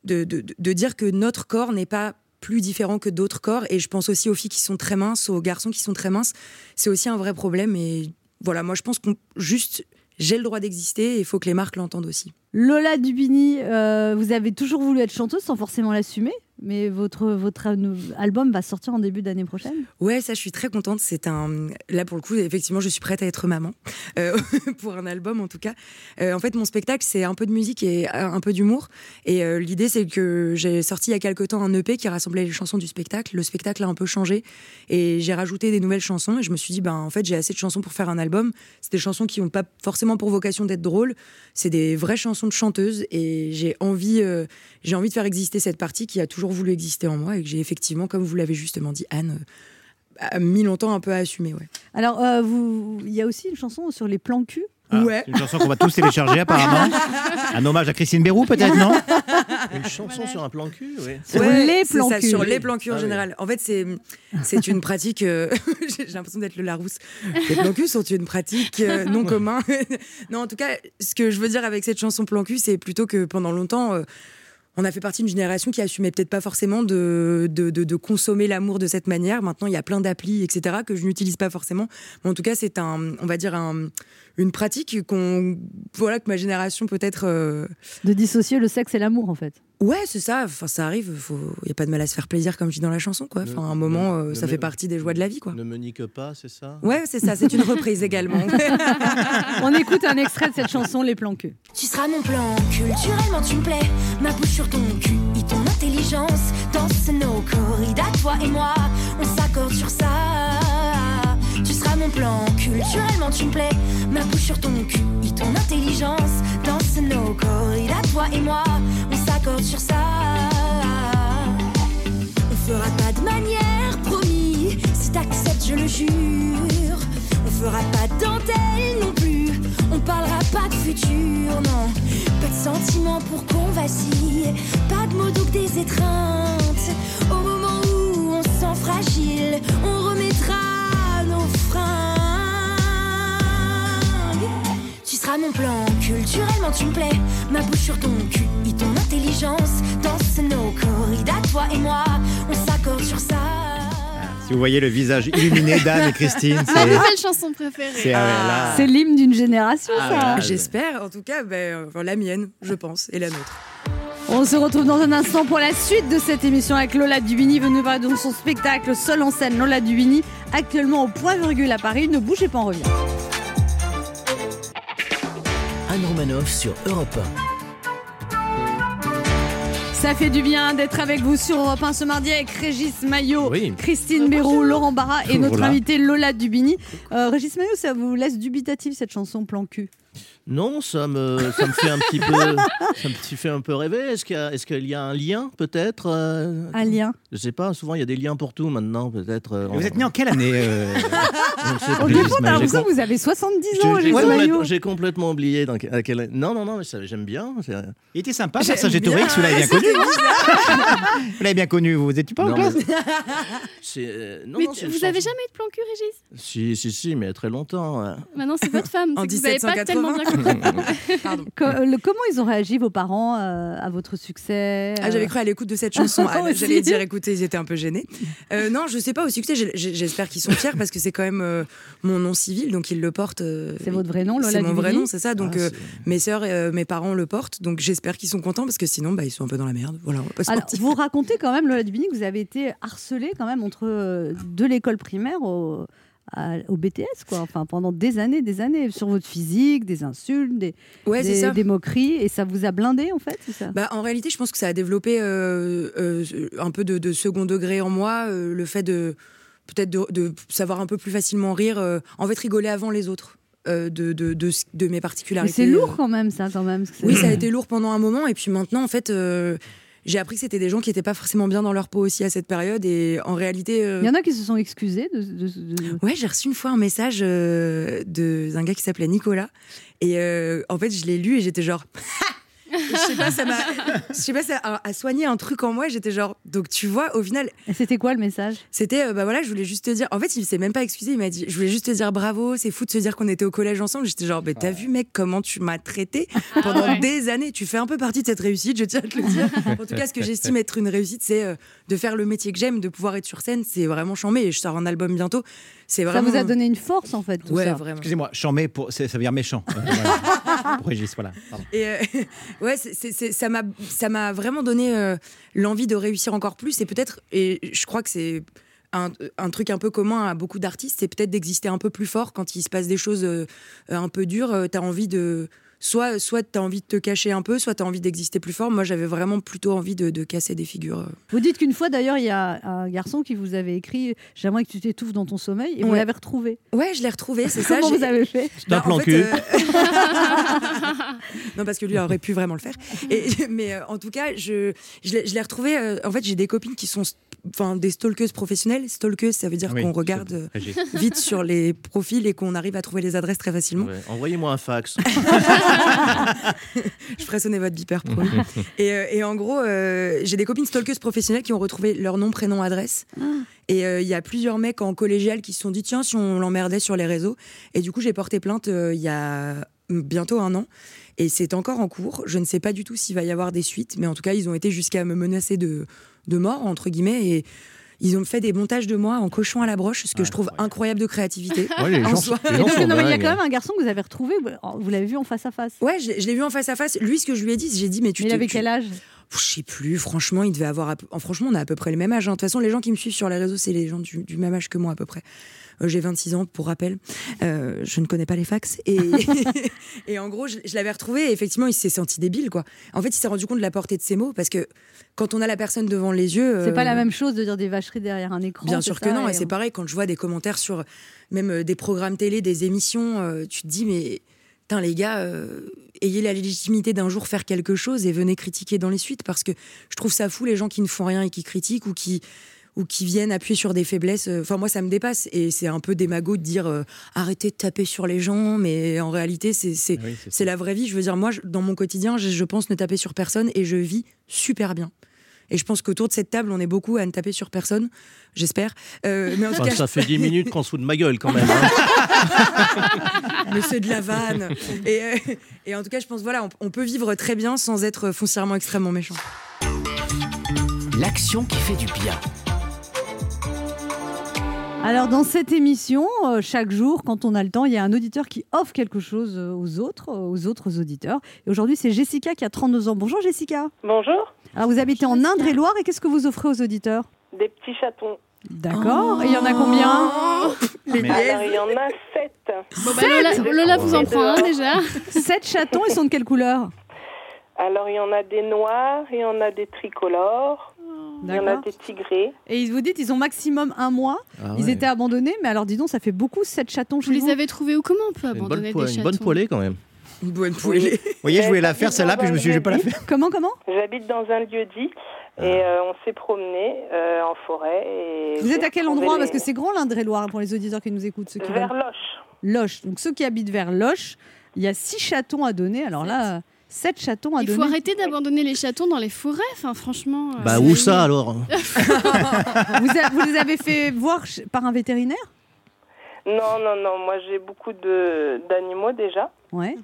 I: de, de- de dire que notre corps n'est pas plus différent que d'autres corps. Et je pense aussi aux filles qui sont très minces, aux garçons qui sont très minces. C'est aussi un vrai problème. Et voilà, moi, je pense qu'on juste, j'ai le droit d'exister et il faut que les marques l'entendent aussi.
B: Lola Dubini, euh, vous avez toujours voulu être chanteuse sans forcément l'assumer. Mais votre, votre an- album va sortir en début d'année prochaine
I: Ouais, ça, je suis très contente. C'est un. Là, pour le coup, effectivement, je suis prête à être maman euh, pour un album, en tout cas. Euh, en fait, mon spectacle, c'est un peu de musique et un un peu d'humour. Et euh, l'idée, c'est que j'ai sorti il y a quelque temps un EP qui rassemblait les chansons du spectacle. Le spectacle a un peu changé et j'ai rajouté des nouvelles chansons. Et je me suis dit, ben, en fait, j'ai assez de chansons pour faire un album. C'est des chansons qui n'ont pas forcément pour vocation d'être drôles. C'est des vraies chansons de chanteuses et j'ai envie, euh, j'ai envie de faire exister cette partie qui a toujours voulu exister en moi et que j'ai effectivement, comme vous l'avez justement dit, Anne. euh, a mis longtemps un peu à assumer, ouais.
B: Alors, euh, vous- il y a aussi une chanson sur les plans cul.
C: Ah,
I: Ouais.
C: c'est Une chanson qu'on va tous télécharger apparemment. Un hommage à Christine Bérou peut-être, non
D: Ah,
E: Une chanson sur un plan cul, oui.
B: Sur les plans
I: c'est ça,
B: cul.
I: sur les plans cul en
E: Ah oui.
I: général. En fait, c'est c'est une pratique. euh, J'ai j'ai l'impression d'être le Larousse. Les plans cul sont une pratique euh, non commun. non, en tout cas, ce que je veux dire avec cette chanson plan cul, c'est plutôt que pendant longtemps. euh, on a fait partie d'une génération qui assumait peut-être pas forcément de, de, de- de consommer l'amour de cette manière. Maintenant, il y a plein d'applis, etc., que je n'utilise pas forcément. Mais en tout cas, c'est un, on va dire, un- une pratique qu'on, voilà, que ma génération peut-être euh,
B: De dissocier le sexe et l'amour, en fait.
I: Ouais, c'est ça. Enfin, ça arrive. Faut... Y a pas de mal à se faire plaisir, comme je dis dans la chanson, quoi.
E: Ne-
I: Enfin, à un moment,
E: ne-
I: euh,
E: ne
I: ça
E: me-
I: fait partie des joies de la vie, quoi.
E: Ne me nique pas, c'est ça
I: Ouais, c'est ça. C'est une reprise également.
B: On écoute un extrait de cette chanson, Les plans cul.
J: Tu seras mon plan, culturellement tu me plais. Ma bouche sur ton cul et ton intelligence. Danse nos corridas, toi et moi, on s'accorde sur ça. Tu seras mon plan, culturellement tu me plais. Ma bouche sur ton cul et ton intelligence. Danse nos corridas, toi et moi, on s'accorde sur ça. On fera pas de manière, promis. Si t'acceptes, je le jure. On fera pas de dentelle non plus. On parlera pas de futur, non. Pas de sentiments pour qu'on vacille. Pas de mots doux que des étreintes. Au moment où on se sent fragile, on remettra nos fringues. Tu seras mon plan, culturellement tu me plais. Ma bouche sur ton cul et ton intelligence. Danse nos corridas, toi et moi, on s'accorde sur ça.
C: Si vous voyez le visage illuminé d'Anne et Christine,
D: Ma
C: c'est.
D: nouvelle chanson
C: c'est-
D: préférée.
C: ah ouais, là-
B: C'est l'hymne d'une génération,
E: Ah,
B: ça.
E: voilà.
I: J'espère, en tout cas, ben, euh, enfin, la mienne, je pense, et la nôtre.
B: On se retrouve dans un instant pour la suite de cette émission avec Lola Dubini. Venez voir donc son spectacle Seul en scène Lola Dubini, actuellement au point virgule à Paris. Ne bougez pas, on revient.
A: Anne Romanoff sur Europe
B: Ça fait du bien d'être avec vous sur Europe 1 ce mardi avec Régis Maillot,
E: Oui.
B: Christine Béraud, Laurent Barra et notre
C: Voilà.
B: invitée Lola Dubini. Euh, Régis Maillot, ça vous laisse dubitatif cette chanson plan cul
E: Non, ça me, ça me fait un petit peu, ça me fait un peu rêver. Est-ce qu'il y, a- est-ce qu'il y a un lien peut-être euh,
B: Un lien.
E: Je sais pas. Souvent, il y a des liens pour tout maintenant, peut-être. euh,
C: Et Vous êtes
E: on-
C: né en quelle année euh,
E: je ne sais
B: Au
E: plus,
B: dépend,
E: mais
B: t'as
E: j'ai
B: l'impression
E: com-
B: que vous avez 70 ans,
E: j'ai- J'ai
B: Régis Maillot.
E: complètement- j'ai complètement oublié. Dans, que- à quelle... Non, non, non, mais ça- j'aime bien. c'est-
C: Il était sympa,
E: Ah,
I: J'aime
C: Serge Touré,
I: bien.
C: vous l'avez bien connu. vous l'avez bien connu, vous étiez pas en
E: Non,
C: classe
E: mais- c'est, euh, non,
D: Mais
E: non,
D: tu-
E: c'est une
D: vous avez
E: chanson-
D: jamais eu de plan cul, Régis
E: Si, si, si, mais il y a très longtemps. ouais.
D: Maintenant, c'est votre femme.
I: En
D: c'est que vous avez pas
I: 1780.
D: tellement bien compris.
I: Pardon.
B: Co- euh, le- comment ils ont réagi, vos parents, euh, à votre succès euh,
I: Ah, j'avais cru à l'écoute de cette chanson.
B: Moi
I: Ah,
B: aussi.
I: J'allais dire, écoutez, ils étaient un peu gênés. Euh, non, je sais pas au succès. j'ai- j'ai- J'espère qu'ils sont fiers parce que c'est quand même euh, mon nom civil, donc ils le portent. euh,
B: C'est votre vrai nom, Lola
I: C'est mon vrai
B: Dubini
I: nom, c'est ça. Donc
E: Ah,
I: euh,
E: c'est-
I: mes sœurs, et, euh, mes parents le portent. Donc j'espère qu'ils sont contents parce que sinon, bah, ils sont un peu dans la merde. Voilà, on va pas se
B: Alors,
I: mentir.
B: vous racontez quand même, Lola Dubini, que vous avez été harcelée quand même entre euh, de l'école primaire au, à- au BTS, quoi. Enfin, pendant des années, des années, sur votre physique, des insultes, des,
I: Ouais, c'est
B: des-
I: ça.
B: des moqueries, et ça vous a blindé en fait, c'est ça
I: Bah, en réalité, je pense que ça a développé euh, euh, un peu de, de second degré en moi, euh, le fait de peut-être de, de savoir un peu plus facilement rire, euh, en fait rigoler avant les autres euh, de, de, de, de mes
B: Mais
I: particularités.
B: c'est
I: euh,
B: lourd hein. quand même, ça, quand même. parce que
I: oui,
B: c'est-
I: ça a été lourd pendant un moment. Et puis maintenant, en fait, euh, j'ai appris que c'était des gens qui n'étaient pas forcément bien dans leur peau aussi à cette période. Et en réalité. euh,
B: Il y en a qui se sont excusés de. de- de-
I: Ouais, j'ai reçu une fois un message euh, de- d'un gars qui s'appelait Nicolas. Et euh, en fait, je l'ai lu et j'étais genre. Et je sais pas, ça m'a. Je sais pas, ça a, a soigné un truc en moi. et J'étais genre. Donc, tu vois, au final,
B: Et C'était quoi le message
I: c'était. euh, bah voilà, je voulais juste te dire. En fait, il s'est même pas excusé. Il m'a dit Je voulais juste te dire bravo. C'est fou de se dire qu'on était au collège ensemble. J'étais genre, bah, t'as vu, mec, comment tu m'as traité pendant
D: ouais.
I: des années. Tu fais un peu partie de cette réussite, je tiens à te le dire. En tout cas, ce que j'estime être une réussite, c'est euh, de faire le métier que j'aime, de pouvoir être sur scène. C'est vraiment chambé. Et je sors un album bientôt. C'est
B: Ça
I: vraiment. euh,
B: vous a donné une force en fait, tout
I: Ouais,
B: ça.
I: vraiment.
C: Excusez-moi, chamé, pour... c'est- ça veut dire méchant. Euh, voilà. Régis, voilà. pardon.
I: Et euh, ouais, c'est- c'est- c'est- ça m'a ça m'a vraiment donné euh, l'envie de réussir encore plus et peut-être et je crois que c'est un, un truc un peu commun à beaucoup d'artistes, c'est peut-être d'exister un peu plus fort quand il se passe des choses euh, un peu dures, euh, t'as envie de soit soit t'as envie de te cacher un peu, soit t'as envie d'exister plus fort. Moi, j'avais vraiment plutôt envie de, de casser des figures. euh.
B: Vous dites qu'une fois d'ailleurs, il y a un garçon qui vous avait écrit J'aimerais que tu t'étouffes dans ton sommeil et vous
I: Ouais.
B: l'avez retrouvé.
I: Ouais, je l'ai retrouvé, c'est ça.
B: Comment
I: j'ai-
B: vous avez fait
E: D'un
I: Bah, en
E: plan
I: fait,
E: cul.
I: euh, non, parce que lui aurait pu vraiment le faire. Et, mais euh, en tout cas, je, je l'ai- je l'ai retrouvé. euh, en fait, j'ai des copines qui sont st- enfin des stalkeuses professionnelles. Stalkeuse, ça veut dire
C: Oui,
I: qu'on
C: c'est-
I: regarde euh,
C: Régis.
I: vite sur les profils et qu'on arrive à trouver les adresses très facilement.
E: Ouais, Envoyez-moi un fax.
I: Je ferai sonner votre beeper, promis. et, euh, et en gros, euh, j'ai des copines stalkeuses professionnelles qui ont retrouvé leur nom, prénom, adresse.
B: Ah.
I: Et euh, il y a plusieurs mecs en collégial qui se sont dit tiens, si on l'emmerdait sur les réseaux. Et du coup, j'ai porté plainte euh, il y a bientôt un an. Et c'est encore en cours. Je ne sais pas du tout s'il va y avoir des suites, mais en tout cas, ils ont été jusqu'à me menacer de, de mort, entre guillemets. Et ils ont fait des montages de moi en cochon à la broche, ce que je trouve incroyable de créativité.
C: Ouais, les
I: En
C: gens,
I: soi.
C: les
B: Et
C: gens
B: donc,
C: sont
B: non, mais il y a
C: dingues.
B: quand même un garçon que vous avez retrouvé, vous- oh, vous l'avez vu en face à face.
I: Ouais, je, l'ai- je l'ai vu en face à face. Lui, ce que je lui ai dit, j'ai dit mais tu
B: Mais il
I: te-
B: avait
I: tu-
B: quel âge
I: Pff, Je sais plus, franchement, il devait avoir. à peu- en- Franchement, on a à peu près le même âge. hein. De toute façon, les gens qui me suivent sur les réseaux, c'est les gens du, du même âge que moi, à peu près. Euh, J'ai 26 ans, pour rappel. Euh, je ne connais pas les fax. Et, et en gros, je, je l'avais retrouvé et effectivement, il s'est senti débile, quoi. En fait, il s'est rendu compte de la portée de ses mots parce que quand on a la personne devant les yeux.
B: C'est pas
I: euh,
B: la même chose de dire des vacheries derrière un écran.
I: Bien
B: c'est
I: sûr que
B: ça,
I: non, et c'est pareil quand je vois des commentaires sur même euh, des programmes télé, des émissions, euh, tu te dis mais putain les gars, euh, ayez la légitimité d'un jour faire quelque chose et venez critiquer dans les suites parce que je trouve ça fou les gens qui ne font rien et qui critiquent ou qui ou qui viennent appuyer sur des faiblesses. euh, Enfin moi ça me dépasse et c'est un peu démago de dire euh, arrêtez de taper sur les gens, mais en réalité c'est c'est
C: Ah oui, c'est
I: c'est la vraie vie. Je veux dire, moi, je- dans mon quotidien, je, je pense ne taper sur personne et je vis super bien. Et je pense qu'autour de cette table, on est beaucoup à ne taper sur personne, j'espère. Euh, mais en tout
E: Enfin,
I: cas,
E: ça fait 10 minutes qu'on se fout de ma gueule quand même. hein.
I: mais c'est de la vanne. Et, euh, et en tout cas, je pense, voilà, on, on peut vivre très bien sans être foncièrement extrêmement méchant.
A: L'action qui fait du bien.
B: Alors dans cette émission, euh, chaque jour, quand on a le temps, il y a un auditeur qui offre quelque chose euh, aux autres, euh, aux autres auditeurs. Et aujourd'hui, c'est Jessica qui a 32 ans. Bonjour Jessica.
K: Bonjour,
B: Alors vous habitez en Indre-et-Loire et qu'est-ce que vous offrez aux auditeurs
K: des petits chatons.
B: D'accord. Et il y en a combien
I: Oh
C: Mais-
K: Ah, Alors, il y en a sept.
D: Bon, bah, Lola, Lola vous en prend un déjà.
B: Sept chatons, ils sont de quelle couleur
K: Alors, il y en a des noirs, il y en a des tricolores, il y en a des tigrés.
B: Et ils vous dites, ils ont maximum un mois.
E: Ah
B: Ils
E: ouais.
B: étaient abandonnés, mais alors dis donc, ça fait beaucoup sept chatons
D: Vous
B: chez
D: les avez trouvés ou comment on peut
E: Une bonne,
D: abandonner
E: poêle-
D: des
E: une
D: chatons
E: bonne poêlée quand même.
I: Une bonne poêlée.
C: Vous voyez, je voulais la faire celle-là, puis je me suis dit, je vais pas la faire.
B: Comment, comment
K: J'habite dans un lieu dit et euh, on s'est promené euh, en forêt. Et
B: Ah. Vous êtes à quel endroit Parce que
K: c'est
B: c'est grand l'Indre-et-Loire hein, pour les auditeurs qui nous écoutent, ceux qui veulent
K: Vers Loche.
B: Loche. Donc ceux qui habitent vers Loche, il y a six chatons à donner. Alors là, euh, sept chatons à
D: Il faut
B: donner.
D: arrêter d'abandonner les chatons dans les forêts, enfin franchement. euh,
E: Bah où ça alors
B: Vous, a- vous les avez fait voir ch- par un vétérinaire
K: Non, non, non, moi j'ai beaucoup de- d'animaux déjà
B: Ouais.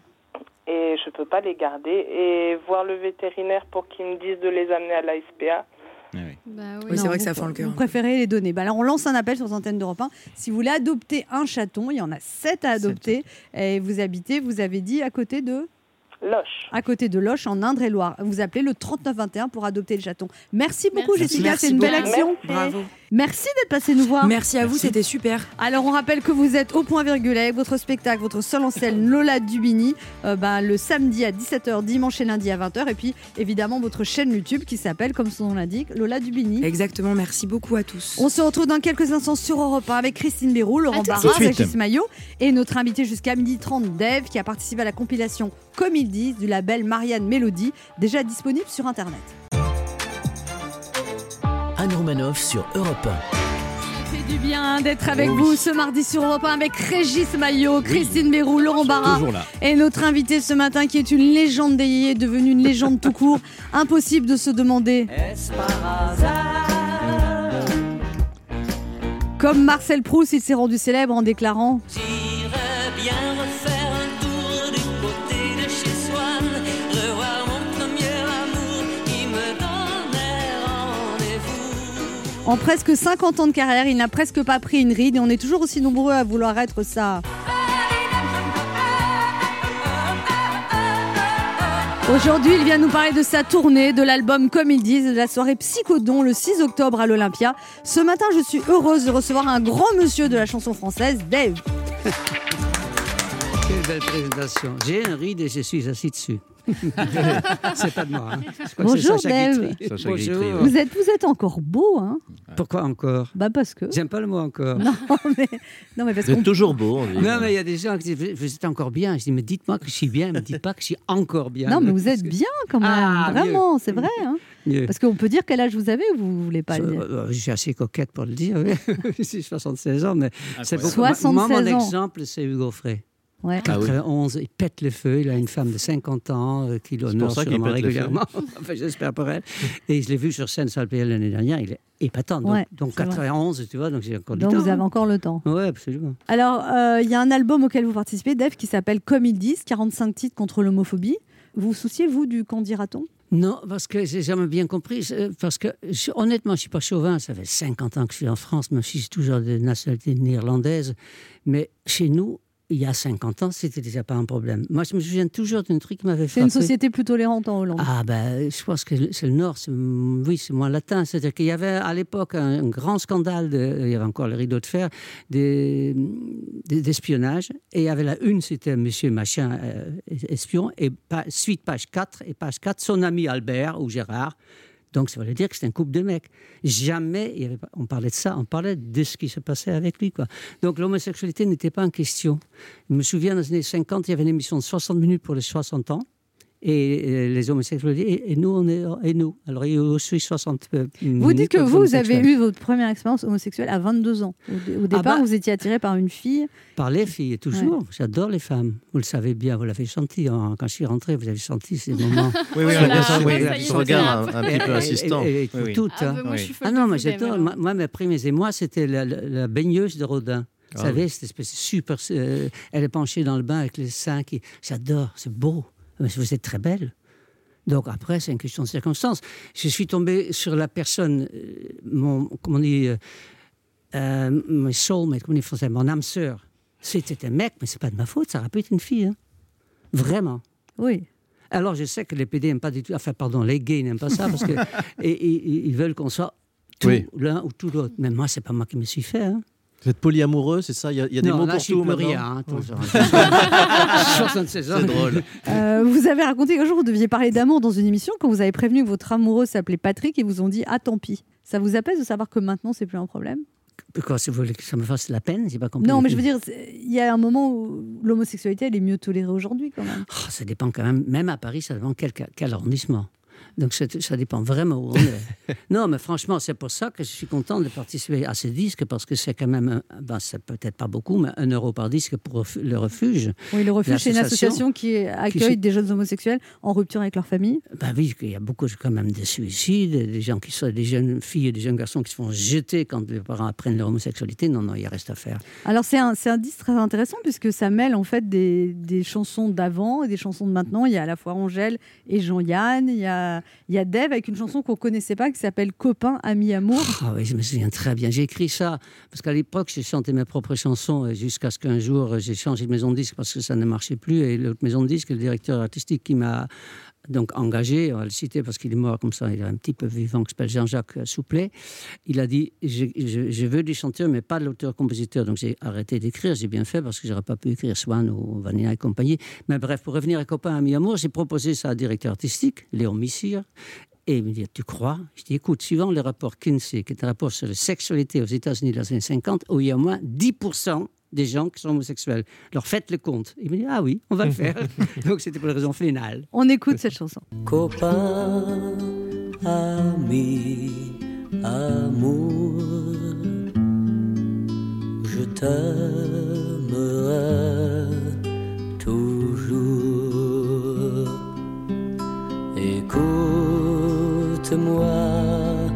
K: et je peux pas les garder. Et voir le vétérinaire pour qu'il me dise de les amener à la SPA.
D: Bah
I: Oui,
D: oui.
I: c'est
B: Non,
I: vrai que
B: vous-
I: ça fend le cœur.
B: Vous préférez les donner. Bah, alors on lance un appel sur Antenne d'Europe 1. Si vous voulez adopter un chaton, il y en a sept à adopter. Et vous habitez, vous avez dit, à côté de
K: Loche.
B: à côté de Loche, en Indre-et-Loire. Vous appelez le 3921 pour adopter le chaton. Merci beaucoup,
D: Merci.
B: Jessica.
I: Merci
B: C'est une belle
D: beaucoup.
B: action.
K: Merci.
I: Bravo.
B: Merci d'être passé nous voir.
I: Merci à vous, c'était super.
B: Alors on rappelle que vous êtes au point virgule avec votre spectacle, votre seule en scène Lola Dubini, euh, ben, le samedi à 17h, dimanche et lundi à 20h, et puis évidemment votre chaîne YouTube qui s'appelle, comme son nom l'indique, Lola Dubini.
I: Exactement, merci beaucoup à tous.
B: On se retrouve dans quelques instants sur Europe 1 avec Christine Béroux, Laurent
D: À tout de
B: Barra,
C: suite.
B: Régis Maillot et notre invité jusqu'à 12h30, Dave, qui a participé à la compilation Comme ils disent du label Marianne Mélodie, déjà disponible sur Internet.
A: Anne Romanoff sur Europe
B: fait du bien d'être avec vous ce mardi sur Europe 1 avec Régis Maillot, Christine Béroux, Laurent Barra.
C: Toujours là.
B: Et notre invité ce matin, qui est une légende des yéyés, devenue une légende tout court, impossible de se demander. Comme Marcel Proust, il s'est rendu célèbre en déclarant
J: Europe
B: En presque 50 ans de carrière, il n'a presque pas pris une ride et on est toujours aussi nombreux à vouloir être ça. Aujourd'hui, il vient nous parler de sa tournée, de l'album Comme ils disent, et de la soirée Psychodon le 6 octobre à l'Olympia. Ce matin, je suis heureuse de recevoir un grand monsieur de la chanson française, Dave.
H: Quelle belle présentation. J'ai un ride et je suis assis dessus. c'est pas de moi. hein. Je crois que c'est
B: Bonjour
H: Sacha
B: Dave.
H: Guitry. Bonjour.
B: Vous êtes, vous êtes encore beau, hein
H: Pourquoi encore
B: Bah parce que.
H: J'aime pas le mot encore.
B: Non mais non mais parce
H: Vous
B: qu'on
H: êtes toujours
E: beau.
H: Non, mais il y a des gens qui disent Vous- Vous êtes encore bien. Je dis Mais dites-moi que je suis bien. Ne me dites pas que je suis encore bien.
B: Non mais vous êtes bien quand même,
H: Ah, mieux.
B: vraiment, c'est vrai. hein.
H: Mieux.
B: Parce qu'on peut dire quel âge vous avez ou vous voulez pas le dire.
H: Euh, euh, Je suis assez coquette pour le dire. oui. Je suis 76 ans, mais c'est beaucoup. Moi,
B: 76
H: Moi, euh, mon
B: ans.
H: exemple, c'est Hugo Frey.
B: Ouais.
H: Ah oui. 91, il pète le feu. Il a une femme de 50 ans euh, qui
E: pour
H: l'honore
E: ça qu'il
H: sûrement
E: pète le feu.
H: régulièrement. enfin, j'espère pour elle. Et je l'ai vu sur scène sur le PL l'année dernière. Il est épatant. Donc,
B: Ouais,
H: donc
B: c'est vrai.
H: 91, tu vois, donc j'ai encore
B: Donc
H: du temps.
B: vous avez encore le temps.
H: Oui, absolument.
B: Alors, euh, il y a un album auquel vous participez, Dave, qui s'appelle Comme ils disent, 45 titres contre l'homophobie. Vous vous souciez, vous, du qu'en dira-t-on
H: Non, parce que j'ai jamais bien compris. c'est- Parce que, je- honnêtement, je suis pas chauvin. Ça fait 50 ans que je suis en France, même si j'ai toujours de nationalité néerlandaise. Mais chez nous, il y a 50 ans, c'était déjà pas un problème. Moi, je me souviens toujours d'un truc qui m'avait
B: C'est
H: frappé.
B: une société plus tolérante en Hollande.
H: Ah ben, je pense que c'est le Nord, c'est- oui, c'est moins latin. C'est-à-dire qu'il y avait à l'époque un, un grand scandale, de- il y avait encore le rideau de fer, des- des- d'espionnage. et il y avait la une, c'était Monsieur Machin, euh, espion, et pa- suite page 4, et page 4, son ami Albert ou Gérard. Donc ça voulait dire que c'était un couple de mecs. Jamais il y avait pas- on parlait de ça, on parlait de ce qui se passait avec lui. Quoi. Donc l'homosexualité n'était pas en question. Je me souviens, dans les années 50, il y avait une émission de 60 minutes pour les 60 ans et euh, les homosexuels et, et nous on est et nous alors il y a aussi 60 euh,
B: Vous dites
H: minutes
B: que
H: pour les
B: vous, vous avez
H: homosexuels.
B: eu votre première expérience homosexuelle à 22 ans. Au, dé- au départ,
H: bah.
B: vous étiez attiré par une fille.
H: par les filles toujours j'adore les femmes vous le savez bien vous l'avez senti hein. quand je suis rentré vous avez senti ces moments
E: Oui, oui, on a bien senti, oui, Voilà, ce ça y est, regard on a- un- un petit peu
H: Et- et-
E: insistant.
H: et, et-
E: Oui, oui.
H: toutes,
E: Ah,
H: hein.
E: bah, moi, je suis
H: Ah
E: folle
H: non
E: de
H: mais
E: Fidel,
H: j'adore moi moi, mes premiers émois c'était la, la- la baigneuse de Rodin vous
E: Ah
H: savez
E: oui.
H: cette espèce de super euh, elle est penchée dans le bain avec les seins qui j'adore c'est beau Mais vous êtes très belle donc après, c'est une question de circonstance. Je suis tombé sur la personne, euh, mon, comment on dit, euh, euh, mon soulmate, comment on dit en français, mon âme sœur. C'était un mec, mais c'est pas de ma faute, ça aurait pu être une fille. hein. Vraiment.
B: Oui.
H: Alors je sais que les PD n'aiment pas du tout, enfin pardon, les gays n'aiment pas ça, parce que et- et- et ils veulent qu'on soit tout
E: Oui.
H: l'un ou tout l'autre. Mais moi, c'est pas moi qui me suis fait. hein.
E: Vous êtes polyamoureux, c'est ça Il y a, il y a des
H: Non,
E: mots
H: là,
E: pour
H: je suis
E: tout
H: plus
E: maintenant
H: rien, hein, attention.
E: C'est drôle.
B: Euh, vous avez raconté qu'un jour, vous deviez parler d'amour dans une émission quand vous avez prévenu que votre amoureux s'appelait Patrick et vous ont dit Ah, tant pis. Ça vous apaise de savoir que maintenant, c'est plus un problème
H: Pourquoi si vous voulez que ça me fasse la peine J'ai pas compris.
B: Non, mais je veux dire, c'est- il y a un moment où l'homosexualité, elle est mieux tolérée aujourd'hui, quand même.
H: Oh, ça dépend quand même, même à Paris, ça dépend quel, ca- quel arrondissement. Donc ça, ça dépend vraiment où on est. non, mais franchement, c'est pour ça que je suis content de participer à ce disque, parce que c'est quand même, un- ben, c'est peut-être pas beaucoup, mais un euro par disque pour refu- le refuge.
B: Oui, le refuge, c'est une
H: L'association-
B: association qui accueille
H: qui-
B: des jeunes homosexuels en rupture avec leur famille.
H: Ben oui, il y a beaucoup de- quand même de suicides, des gens qui sont des jeunes filles et des jeunes garçons qui se font jeter quand les parents apprennent leur homosexualité. Non, non, il reste à faire.
B: Alors c'est un, c'est un disque très intéressant puisque ça mêle en fait des, des chansons d'avant et des chansons de maintenant. Il y a à la fois Angèle et Jean-Yann, il y a, il y a Dave avec une chanson qu'on connaissait pas qui s'appelle Copain, Ami, Amour.
H: Ah oui, je me souviens très bien. J'ai écrit ça parce qu'à l'époque, j'ai chanté mes propres chansons euh, jusqu'à ce qu'un jour, euh, j'ai changé de maison de disque parce que ça ne marchait plus. Et l'autre maison de disque, le directeur artistique qui m'a donc engagé, on va le citer parce qu'il est mort comme ça, il est un petit peu vivant, qui s'appelle Jean-Jacques euh, Souplet, il a dit je, je- je veux du chanteur, mais pas de l'auteur-compositeur. Donc j'ai arrêté d'écrire, j'ai bien fait parce que j'aurais pas pu écrire Swan ou Vanilla et compagnie. Mais bref, pour revenir à Copain Ami Amour, j'ai proposé ça à un directeur artistique, Léon Missire, et il me dit, tu crois Je dis, écoute, suivant le rapport Kinsey, qui est un rapport sur la sexualité aux États-Unis dans les années 50, où il y a au moins 10% des gens qui sont homosexuels. Alors faites le compte. Il me dit, ah oui, on va le faire. Donc c'était pour la raison finale.
B: On écoute cette chanson.
L: Copain, ami, amour, je t'aimerai toujours. Écoute-moi,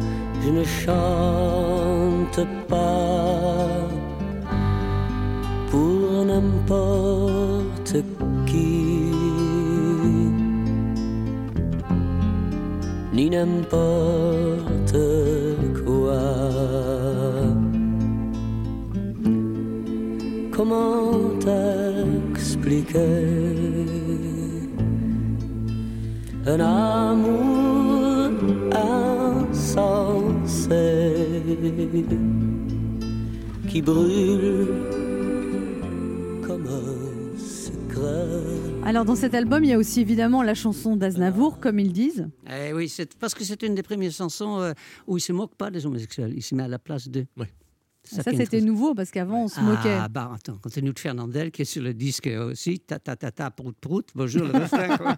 L: je ne chante pas pour n'importe qui ni n'importe quoi. Comment t'expliquer un amour insensé qui brûle comme un secret.
B: Alors dans cet album, il y a aussi évidemment la chanson d'Aznavour,
H: Euh,
B: comme ils disent.
H: Eh oui, c'est parce que c'est une des premières chansons euh, où il se moque pas des homosexuels, il se met à la place d'eux.
B: Ça,
H: qui est
B: c'était nouveau parce qu'avant on se moquait.
H: Ah, bah attends, quand c'est Newt Fernandel qui est sur le disque euh, aussi, ta ta ta ta, prout prout, bonjour le refrain, quoi.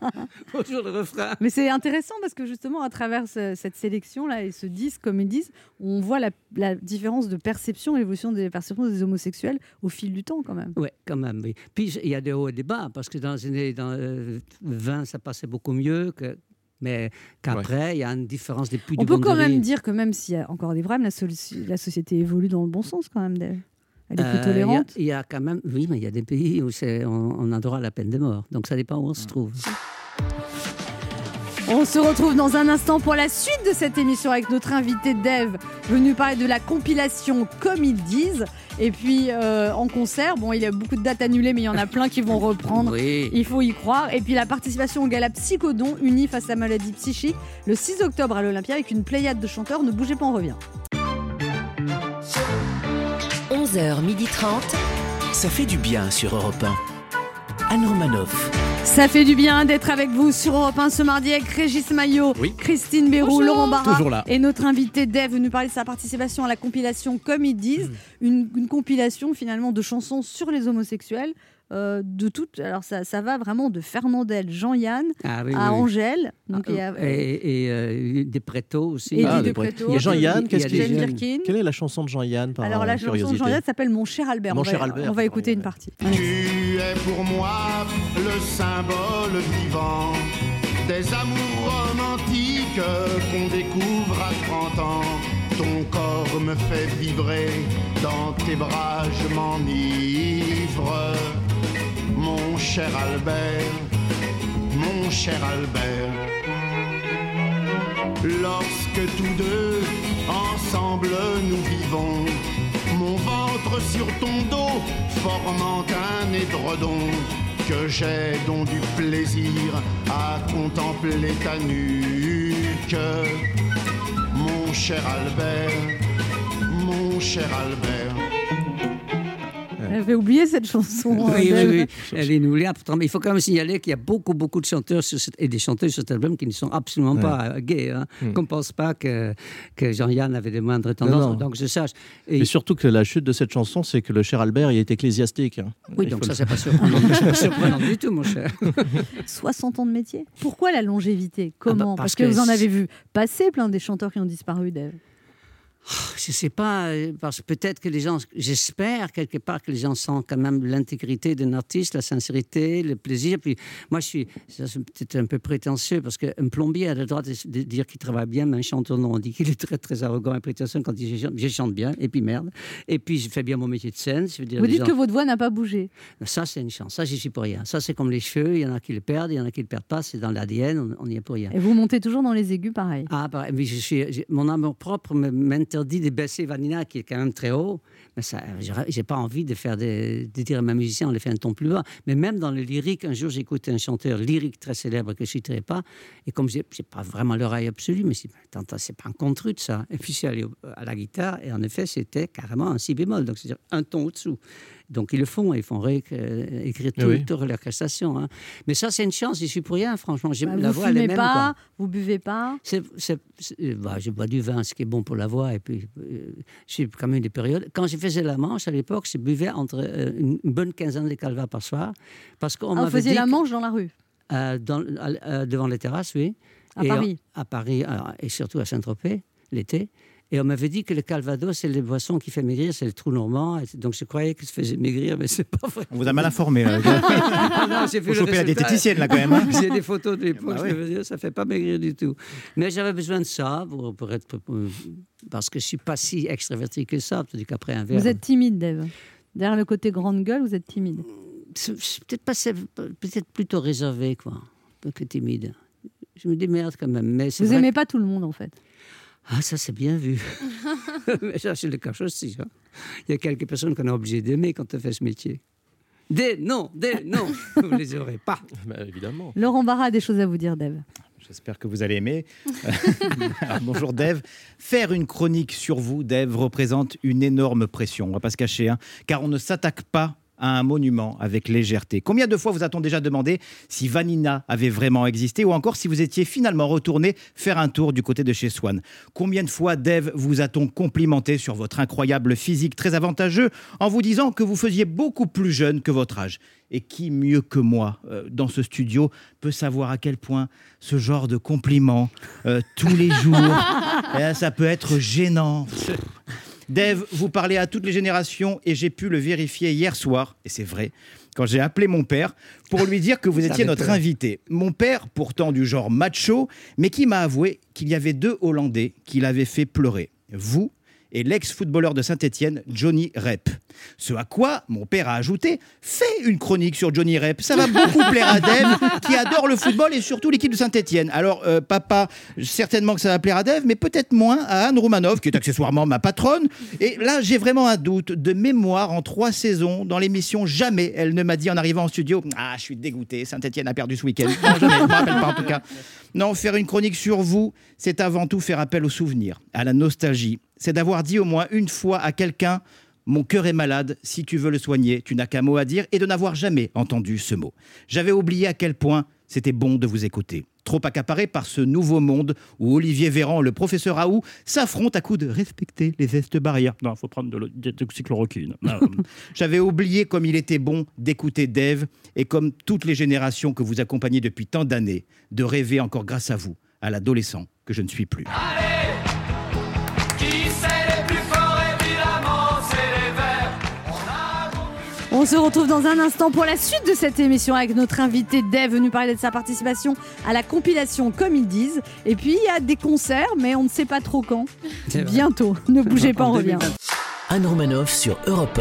H: bonjour le refrain.
B: Mais c'est intéressant parce que justement, à travers ce- cette sélection-là et ce disque, comme ils disent, on voit la, la différence de perception, l'évolution des perceptions des homosexuels au fil du temps quand même.
H: Oui, quand même. Oui. Puis il y a des hauts et des bas, parce que dans les années dans, euh, 20, ça passait beaucoup mieux, que, mais qu'après, il y a une différence des puits
B: On
H: de
B: peut quand
H: Gondry.
B: même dire que même s'il y a encore des problèmes, la, soli- la société évolue dans le bon sens quand même. Dave. Elle est plus
H: Euh,
B: tolérante.
H: Il y, a- il y a quand même, oui, mais il y a des pays où c'est- on, on a droit à la peine de mort. Donc ça dépend où on se trouve.
B: On se retrouve dans un instant pour la suite de cette émission avec notre invité Dev, venu parler de la compilation Comme ils disent. Et puis euh, en concert, bon, il y a beaucoup de dates annulées, mais il y en a plein qui vont reprendre.
H: Oui.
B: Il faut y croire. Et puis la participation au gala Psychodon, unie face à maladie psychique, le 6 octobre à l'Olympia avec une pléiade de chanteurs. Ne bougez pas, on revient.
A: 11h30. Ça fait du bien sur Europe 1. Anne Romanoff.
B: Ça fait du bien d'être avec vous sur Europe 1 ce mardi avec Régis Maillot, Christine Béroux,
M: Bonjour.
B: Laurent Barra
M: Toujours là.
B: et notre invité Dave nous parler de sa participation à la compilation Comme ils disent,
H: Hmm.
B: une, une compilation finalement de chansons sur les homosexuels. euh, de toutes, alors ça, ça va vraiment de Fernandel, Jean-Yann
H: Ah oui,
B: à
H: oui, oui.
B: Angèle. Donc, il y a-
H: Et, et, euh, des prétos aussi.
B: Et Ah, des des Pretto. Pretto.
H: Il y a
E: Jean-Yann,
H: des-
E: qu'est-ce
H: il y a
E: qu'il
H: des
E: y a
H: jeunes.
B: Birkin.
E: Quelle est la chanson de Jean-Yann par
B: alors la chanson de
E: curiosité
B: Jean-Yann s'appelle Mon cher Albert.
E: Mon
B: on va,
E: cher Albert,
B: on va écouter une partie.
H: Ah,
N: Tu es pour moi le symbole vivant des amours romantiques qu'on découvre à 30 ans. Ton corps me fait vibrer, dans tes bras je m'enivre. Mon cher Albert, mon cher Albert. Lorsque tous deux, ensemble, nous vivons, mon ventre sur ton dos, formant un édredon, que j'ai donc du plaisir à contempler ta nuque. Mon cher Albert, mon cher Albert.
B: J'avais oublié cette chanson. hein,
H: Oui, oui,
B: Dave.
H: oui. Elle est inoubliable. Pourtant, mais il faut quand même signaler qu'il y a beaucoup, beaucoup de chanteurs sur cet- et des chanteuses sur cet album qui ne sont absolument
E: Ouais.
H: pas euh, gays. hein.
E: Hmm.
H: Qu'on ne pense pas que, que Jean-Yann avait des moindres tendances.
E: non.
H: Donc, je sache. Et-
E: Et surtout que la chute de cette chanson, c'est que le cher Albert, il est ecclésiastique. hein.
H: Oui,
E: Il
H: donc
E: faut
H: ça,
E: le-
H: c'est pas surprenant. C'est pas surprenant du tout, mon cher.
B: 60 ans de métier. Pourquoi la longévité Comment
H: Ah bah, parce
B: parce, que,
H: que
B: vous en
H: c'est-
B: avez vu passer plein des chanteurs qui ont disparu, Dave.
H: Je sais pas, euh, parce que peut-être que les gens, j'espère quelque part que les gens sentent quand même l'intégrité d'un artiste, la sincérité, le plaisir. Puis moi, je suis, ça, c'est peut-être un peu prétentieux parce qu'un plombier a le droit de, de dire qu'il travaille bien, mais un chanteur non. On dit qu'il est très très arrogant et prétentieux quand il dit je chante- je chante bien et puis merde. Et puis je fais bien mon métier de scène. Je veux dire,
B: Vous
H: les
B: dites
H: gens-
B: que votre voix n'a pas bougé.
H: Ça, c'est une chance. Ça, j'y suis pour rien. Ça, c'est comme les cheveux. Il y en a qui le perdent, il y en a qui le perdent pas. C'est dans l'ADN. on- On n'y est pour rien.
B: Et vous montez toujours dans les aigus, pareil.
H: Ah, bah, mais je suis, j'ai- mon amour propre me- m'interdit de baisser Vanina, qui est quand même très haut. Mais ça, j'aurais- j'ai pas envie de faire des- de dire à ma musicienne, on le fait un ton plus bas. Mais même dans le lyrique, un jour, j'écoutais un chanteur lyrique très célèbre que je citerai pas. Et comme j'ai, j'ai pas vraiment l'oreille absolue, mais c'est, attends, attends, c'est pas un contre ça. Et puis, je suis allé au- à la guitare, et en effet, c'était carrément un si bémol. Donc, c'est-à-dire un ton au-dessous. Donc, ils le font, ils font ré- euh, écrire tout,
E: Oui.
H: toute leur prestation. hein. Mais ça, c'est une chance, je suis pour rien, franchement. J'ai,
B: Bah,
H: la
B: vous
H: voix, elle est
B: fumez
H: même. quoi.
B: pas, vous buvez pas.
H: C'est, c'est- c'est- bah, je bois du vin, ce qui est bon pour la voix. Et puis, euh, j'ai quand même eu des périodes. Quand je faisais la manche à l'époque, je buvais entre euh, une une bonne quinzaine de calvas par soir. Parce qu'on
B: Ah, vous
H: m'avait
B: faisiez
H: dit
B: la
H: que-
B: manche dans la rue.
H: euh, dans- à- euh, devant les terrasses, oui.
B: À
H: Et on-
B: Paris.
H: à Paris, alors, et surtout à Saint-Tropez, l'été. Et on m'avait dit que le calvados, c'est les boissons qui fait maigrir, c'est le trou normand. Et donc je croyais que ça faisait maigrir, mais c'est pas vrai.
C: On vous a mal informé. là.
H: Ah non, j'ai vu
C: Faut
H: le
C: choper la
H: résultat.
C: diététicienne, là, quand même, hein.
H: j'ai des photos de l'époque,
C: Bah
H: je veux dire, ça fait pas maigrir du tout. Mais j'avais besoin de ça pour, pour être. pour- parce que je suis pas si extraverti que ça. C'est-à-dire qu'après un verre.
B: Vous êtes timide, Dave. Derrière le côté grande gueule, vous êtes timide.
H: C'est- c'est peut-être pas- c'est peut-être plutôt réservé, quoi, que timide. Je me démerde quand même. Mais c'est
B: Vous
H: vrai
B: aimez pas tout le monde, en fait.
H: Ah, ça, c'est bien vu. Mais ça, c'est le cas aussi. hein. Il y a quelques personnes qu'on est obligé d'aimer quand on fait ce métier. Des noms, des noms. Vous ne les aurez pas.
E: évidemment.
B: Laurent Barra a des choses à vous dire, Dave.
C: J'espère que vous allez aimer. Alors, bonjour Dave. Faire une chronique sur vous, Dave, représente une énorme pression, on va pas se cacher, hein, car on ne s'attaque pas à un monument avec légèreté. Combien de fois vous a-t-on déjà demandé si Vanina avait vraiment existé ou encore si vous étiez finalement retourné faire un tour du côté de chez Swan Combien de fois, Dave, vous a-t-on complimenté sur votre incroyable physique très avantageux en vous disant que vous faisiez beaucoup plus jeune que votre âge Et qui mieux que moi euh, dans ce studio peut savoir à quel point ce genre de compliment euh, tous les jours, euh, ça peut être gênant Dave, vous parlez à toutes les générations et j'ai pu le vérifier hier soir, et c'est vrai, quand j'ai appelé mon père pour lui dire que vous
M: Ça
C: étiez
M: avait
C: notre
M: peur.
C: invité. Mon père, pourtant du genre macho, mais qui m'a avoué qu'il y avait deux Hollandais qui l'avaient fait pleurer. Vous et l'ex-footballeur de Saint-Étienne, Johnny Rep. Ce à quoi mon père a ajouté « Fais une chronique sur Johnny Rep, ça va beaucoup plaire à Dave, qui adore le football et surtout l'équipe de Saint-Étienne. » Alors, euh, papa, certainement que ça va plaire à Dave, mais peut-être moins à Anne Romanov, qui est accessoirement ma patronne. Et là, j'ai vraiment un doute de mémoire en trois saisons dans l'émission Jamais. Elle ne m'a dit en arrivant en studio « Ah, je suis dégoûté, Saint-Étienne a perdu ce week-end. » Non, jamais, je me rappelle pas en tout cas. Non, faire une chronique sur vous, c'est avant tout faire appel aux souvenirs, à la nostalgie. C'est d'avoir dit au moins une fois à quelqu'un mon cœur est malade, si tu veux le soigner, tu n'as qu'un mot à dire et de n'avoir jamais entendu ce mot. J'avais oublié à quel point c'était bon de vous écouter. Trop accaparé par ce nouveau monde où Olivier Véran, le professeur Raoult, s'affrontent à coups de respecter les gestes barrières. Non, il faut prendre de l'hydroxychloroquine. J'avais oublié comme il était bon d'écouter Dave et comme toutes les générations que vous accompagnez depuis tant d'années, de rêver encore grâce à vous, à l'adolescent que je ne suis
B: Ah.
C: plus.
O: Qui c'est les plus forts évidemment c'est les verts.
B: On se retrouve dans un instant pour la suite de cette émission avec notre invité Dave venu parler de sa participation à la compilation Comme ils disent. Et puis il y a des concerts, mais on ne sait pas trop quand.
A: C'est vrai.
B: Bientôt. Ne bougez pas, on revient.
A: Anne Romanoff sur Europe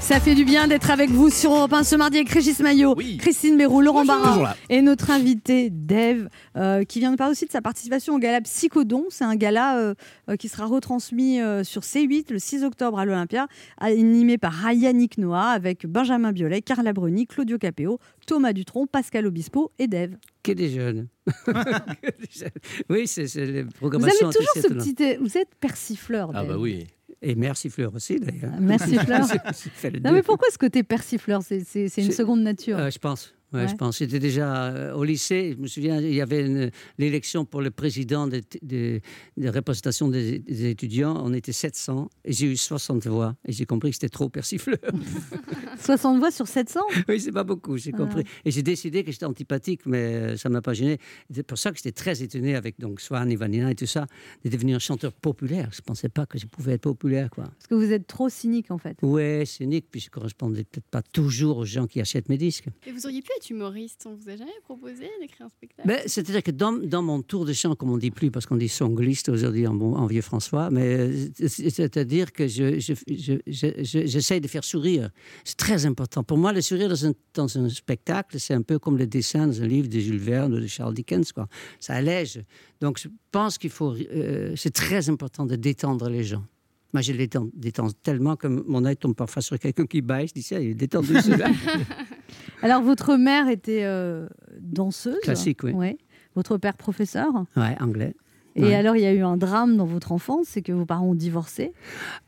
B: Ça fait du bien d'être avec vous sur Europe 1 ce mardi avec Régis Maillot, Christine Béroux, Laurent
P: Toujours
B: Barra
P: là.
B: et notre invité Dave euh, qui vient de parler aussi de sa participation au gala Psychodon. C'est un gala euh, euh, qui sera retransmis euh, sur C8 le 6 octobre à l'Olympia, animé par Yannick Noah avec Benjamin Biolay, Carla Bruni, Claudio Capéo, Thomas Dutronc, Pascal Obispo et Dave.
H: Que des jeunes. Que des jeunes. oui, c'est c'est les
B: Vous avez
H: programmations
B: toujours ce
H: anti-Satan.
B: petit... euh, Vous êtes persifleur,
E: Ah,
A: Ah,
E: bah
B: Dave.
A: bah
H: oui. Et merci Fleur aussi d'ailleurs.
B: Merci Fleur.
H: Ça fait les
B: non
H: deux.
B: mais pourquoi ce côté persifleur C'est- C'est c'est une
H: C'est-
B: seconde nature.
H: Euh, je pense. Ouais,
B: Ouais.
H: je pense. J'étais déjà euh, au lycée. Je me souviens, il y avait une- l'élection pour le président de, de, de représentation des, des étudiants. On était 700 et j'ai eu 60 voix. Et j'ai compris que c'était trop persifleur.
B: 60 voix sur 700
H: oui, c'est pas beaucoup, j'ai
B: Ah.
H: compris. Et j'ai décidé que j'étais antipathique, mais euh, ça m'a pas gêné. C'est pour ça que j'étais très étonné avec donc Swan et Vanina et tout ça, de devenir chanteur populaire. Je pensais pas que je pouvais être populaire, quoi.
B: Parce que vous êtes trop cynique en fait.
H: Ouais, cynique, puis je correspondais peut-être pas toujours aux gens qui achètent mes disques.
D: Et vous auriez pu être humoriste, on vous a jamais proposé d'écrire un spectacle
H: Mais C'est-à-dire que dans, dans mon tour de chant, comme on dit plus, parce qu'on dit songliste aujourd'hui en, bon, en vieux François, mais euh, c'est- c'est-à-dire que je- je- je- je- je- j'essaye de faire sourire. C'est très important. Pour moi, le sourire dans un, dans un spectacle, c'est un peu comme le dessin dans un livre de Jules Verne ou de Charles Dickens. Quoi. Ça allège. Donc je pense qu'il faut. euh, c'est très important de détendre les gens. Moi, je les détends, détends tellement que mon œil tombe parfois sur quelqu'un qui baille. Je dis, ça, il est détendu celui-là.
B: Alors votre mère était euh, danseuse.
H: Classique, oui.
B: Ouais. Votre père professeur.
H: ouais, anglais.
B: Et
H: Ouais.
B: alors il y a eu un drame dans votre enfance, c'est que vos parents ont divorcé.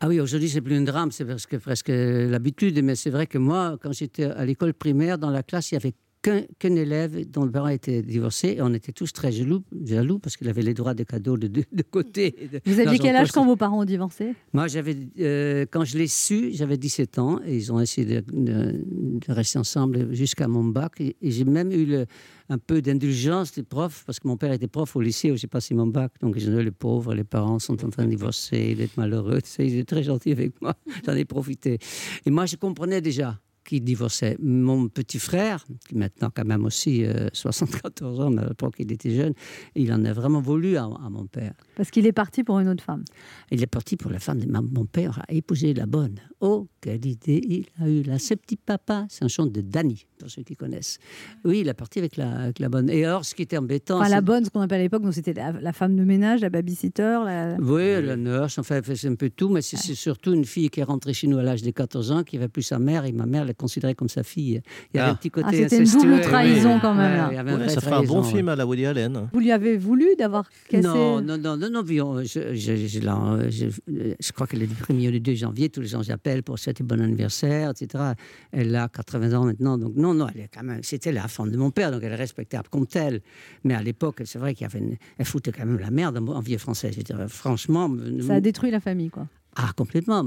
H: Ah oui, aujourd'hui, c'est plus un drame, c'est parce que presque l'habitude. Mais c'est vrai que moi, quand j'étais à l'école primaire, dans la classe, il y avait qu'un qu'un élève dont le parent était divorcé. Et on était tous très jaloux, jaloux parce qu'il avait les droits de cadeaux de deux de côtés. Et de-
B: Vous
H: dans
B: aviez
H: son
B: quel âge
H: poste.
B: quand vos parents ont divorcé
H: Moi, j'avais, euh, quand je l'ai su, j'avais 17 ans et ils ont essayé de, de- de rester ensemble jusqu'à mon bac. Et, et j'ai même eu le- un peu d'indulgence des profs parce que mon père était prof au lycée où j'ai passé mon bac. Donc, je les pauvres, les parents sont en train de divorcer, d'être malheureux. Tu sais, ils étaient très gentils avec moi. J'en ai profité. Et moi, je comprenais déjà. qui divorçaient. Mon petit frère, qui maintenant quand même aussi euh, 74 ans, mais à l'époque il était jeune, il en a vraiment voulu à, à mon père.
B: Parce qu'il est parti pour une autre femme.
H: Il est parti pour la femme de ma- mon père, a épousé la bonne. Oh, quelle idée il a eu là, ce petit papa. C'est un chant de Danny, pour ceux qui connaissent. Oui, il est parti avec la, avec la bonne. Et alors, ce qui était embêtant...
B: Enfin, la
H: c'est-
B: bonne, ce qu'on appelle à l'époque, donc, c'était la, la femme de ménage, la babysitter. La...
H: Oui, la nurse, enfin, elle faisait un peu tout, mais c'est c'est surtout une fille qui est rentrée chez nous à l'âge de 14 ans, qui avait plus sa mère, et ma mère la considérait comme sa fille. Il y avait
E: Ah.
H: un petit
B: Ah,
H: côté
B: c'était une double
H: incestueux.
B: trahison, quand même,
H: Ouais,
B: là.
H: il y avait un
E: Ouais,
H: vrai
E: ça ferait un bon
H: trahison,
E: film à la Woody Allen.
B: Vous lui avez voulu d'avoir cassé
H: Non, non, non, non, non, puis on- je, je- je l'en- je- je crois qu'elle est du 1er le 2 janvier, tous les gens j'appelle pour souhaiter bon anniversaire, etc. Elle a 80 ans maintenant, donc non, non, elle est quand même, c'était la femme de mon père, donc elle est respectable comme telle. Mais à l'époque, c'est vrai qu'il y avait une- elle foutait quand même la merde en, en vieux français. Je veux dire, franchement,
B: Ça a détruit la famille, quoi.
H: ah, complètement.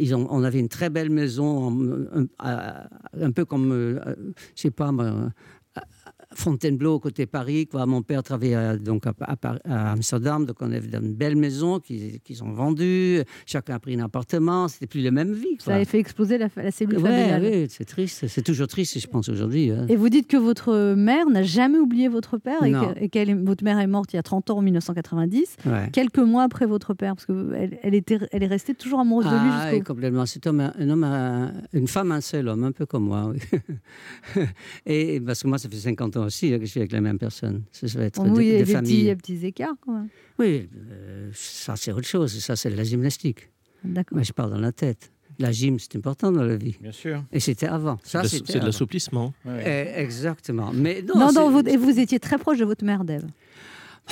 H: Ils ont, on avait une très belle maison, en- un, à- un peu comme, euh, euh, je sais pas, moi, à- à Fontainebleau, côté Paris. Quoi. Mon père travaillait à- donc à, à Par- à Amsterdam, donc on avait dans une belle maison qu'ils qu'ils ont vendue. Chacun a pris un appartement. C'était plus la même vie.
B: Ça
H: Quoi.
B: avait fait exploser la, fa- la cellule
H: Ouais,
B: familiale.
H: ouais, c'est triste. C'est toujours triste, je pense, aujourd'hui. hein.
B: Et vous dites que votre mère n'a jamais oublié votre père et,
H: Non.
B: que, et qu'elle est- votre mère est morte il y a 30 ans en 1990,
H: Ouais.
B: quelques mois après votre père, parce qu'elle elle était- elle est restée toujours amoureuse de lui
H: Ah,
B: jusqu'au
H: oui, complètement. C'est un, homme- un homme, à- une femme, un seul homme, un peu comme moi. oui. et et parce que moi, ça fait 50 ans aussi hein, que je suis avec la même personne. Ça, ça va être
B: Bon,
H: de,
B: oui, il y a
H: de
B: des petits, il y
H: famille.
B: a des petits écarts quand même.
H: Oui, euh, ça c'est autre chose. Ça c'est de la gymnastique.
B: D'accord.
H: Mais je parle dans la tête. La gym, c'est important dans la vie.
E: Bien sûr.
H: Et c'était avant.
E: C'est
H: Ça,
E: de-
H: c'était
E: c'est de
H: avant.
E: l'assouplissement. Ouais, ouais.
H: Eh, exactement. Mais non,
B: Non,
H: c'est-
B: non, vous, et vous étiez très proche de votre mère, Dave.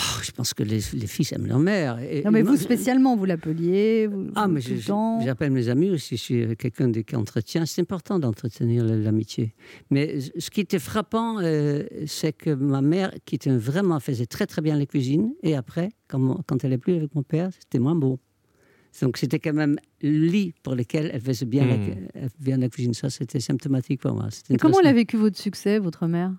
H: Oh, je pense que les, les fils aiment leur mère. Et-
B: Non, mais
H: et
B: vous
H: moi,
B: spécialement, vous l'appeliez. Vous,
H: Ah,
B: vous-
H: mais
B: tout
H: je-
B: le temps.
H: je- j'appelle mes amis aussi, je suis quelqu'un de- qui entretient. C'est important d'entretenir l- l'amitié. Mais ce- ce qui était frappant, euh, c'est que ma mère, qui était vraiment faisait très très bien la cuisine, et après, quand, mon- quand elle n'est plus avec mon père, c'était moins beau. Donc c'était quand même le lit pour lequel elle faisait bien, la,
E: Hmm.
H: elle faisait bien la cuisine. Ça, c'était symptomatique pour moi. C'était
B: Et comment elle
H: intéressant.
B: a vécu votre succès, votre mère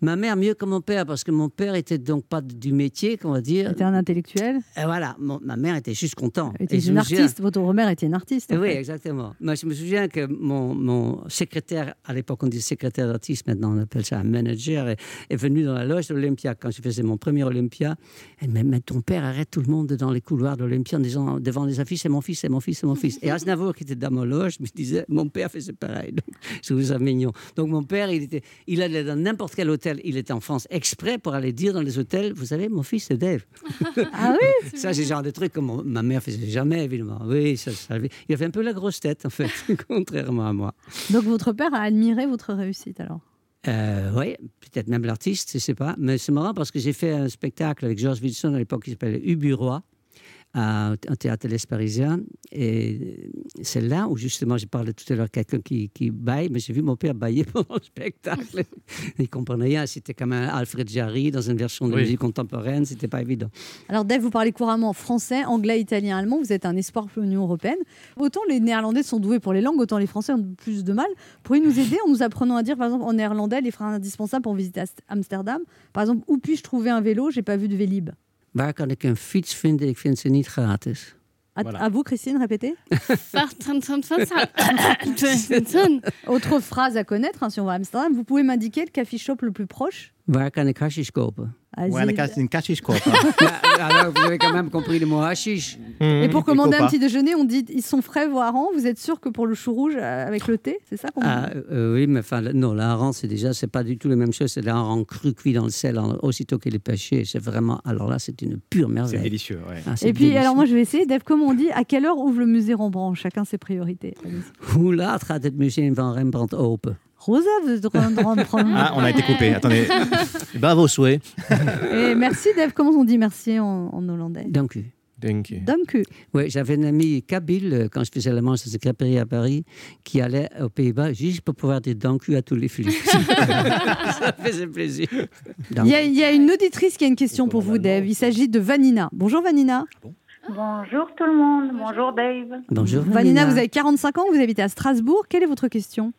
H: Ma mère mieux que mon père, parce que mon père était donc pas du métier, qu'on va dire.
B: C'était un intellectuel
H: Et voilà, mon- ma mère était juste contente.
B: Elle était
H: Euh, Et je
B: une
H: me souviens-
B: artiste, votre mère était une artiste. en
H: oui,
B: fait.
H: exactement. Moi, je me souviens que mon, mon secrétaire, à l'époque on dit secrétaire d'artiste, maintenant on appelle ça un manager, est, est venu dans la loge de l'Olympia quand je faisais mon premier Olympia. Elle m'a dit, mais ton père arrête tout le monde dans les couloirs de l'Olympia en disant devant les affiches, c'est mon fils, c'est mon fils, c'est mon fils. Et Aznavour, qui était dans ma loge, me disait, mon père faisait pareil. Donc, je trouve ça mignon. Donc mon père, il, était, il allait dans n'importe quel hôtel, il était en France exprès pour aller dire dans les hôtels, vous savez, mon fils, c'est Dave.
B: Ah oui
H: Ça, c'est le genre de truc que mon- ma mère faisait jamais, évidemment. Oui, ça, ça- il avait un peu la grosse tête, en fait, contrairement à moi.
B: Donc votre père a admiré votre réussite alors
H: Euh, oui, peut-être même l'artiste, je ne sais pas. Mais c'est marrant parce que j'ai fait un spectacle avec Georges Wilson à l'époque qui s'appelait Uburoi, à- au théâtre de l'Est parisien. Et c'est là où justement, j'ai parlé tout à l'heure de quelqu'un qui, qui baille, mais j'ai vu mon père bailler pendant le spectacle. Il comprenait rien. C'était comme un Alfred Jarry dans une version de
E: Oui.
H: musique contemporaine. C'était pas évident.
B: Alors Dave, vous parlez couramment français, anglais, italien, allemand. Vous êtes un espoir pour l'Union européenne. Autant les Néerlandais sont doués pour les langues, autant les Français ont plus de mal. Pourriez-vous nous aider en nous apprenant à dire, par exemple, en néerlandais, les frais indispensables pour visiter Ast- Amsterdam Par exemple, où puis-je trouver un vélo J'ai pas vu de Vélib.
H: Waar kan ik een fiets vinden? Ik vind ze niet gratis.
B: À, à vous, Christine, répétez. Autre phrase à connaître hein, si on va à Amsterdam. Vous pouvez m'indiquer le café shop le plus proche
H: Waar kan ik hashish kopen?
B: Waar Waar ik
H: een hashish kopen? alors, ah, vous avez quand même compris le mot hashish.
B: Et pour commander un petit déjeuner, on dit ils sont frais, voire en. Vous êtes sûr que pour le chou rouge euh, avec le thé, c'est ça qu'on
H: Ah,
B: dit
H: euh, oui, mais enfin, le- non, la hareng, c'est déjà, c'est pas du tout la même chose. C'est la hareng crue cuit dans le sel en- aussitôt qu'elle est pêchée. C'est vraiment, alors là, c'est une pure merveille.
M: C'est délicieux, ouais.
H: Ah, c'est
B: Et puis,
H: délicieux.
B: alors moi, je vais essayer. Dave, comment on dit À quelle heure ouvre le musée Rembrandt Chacun ses priorités.
H: Hoe laat gaat het museum van Rembrandt open?
B: Rosa veut Rembrandt.
H: Ah, on a été coupé, attendez.
E: Bah, vos souhaits.
B: Et merci, Dave. Comment on dit merci en, en hollandais
H: Dank u.
E: Thank you.
B: Dank u.
H: Oui, j'avais un ami kabyle, euh, quand je faisais la manche dans une crêperie à Paris, qui allait aux Pays-Bas juste pour pouvoir dire dank u à tous les Philippes. ça faisait plaisir.
B: Il y, a, il y a une auditrice qui a une question pour vous, Dave. Il s'agit de Vanina. Bonjour, Vanina.
P: Bonjour tout le monde, bonjour Dave.
H: Bonjour.
B: Vanina, vous avez 45 ans, vous habitez à Strasbourg. Quelle est votre question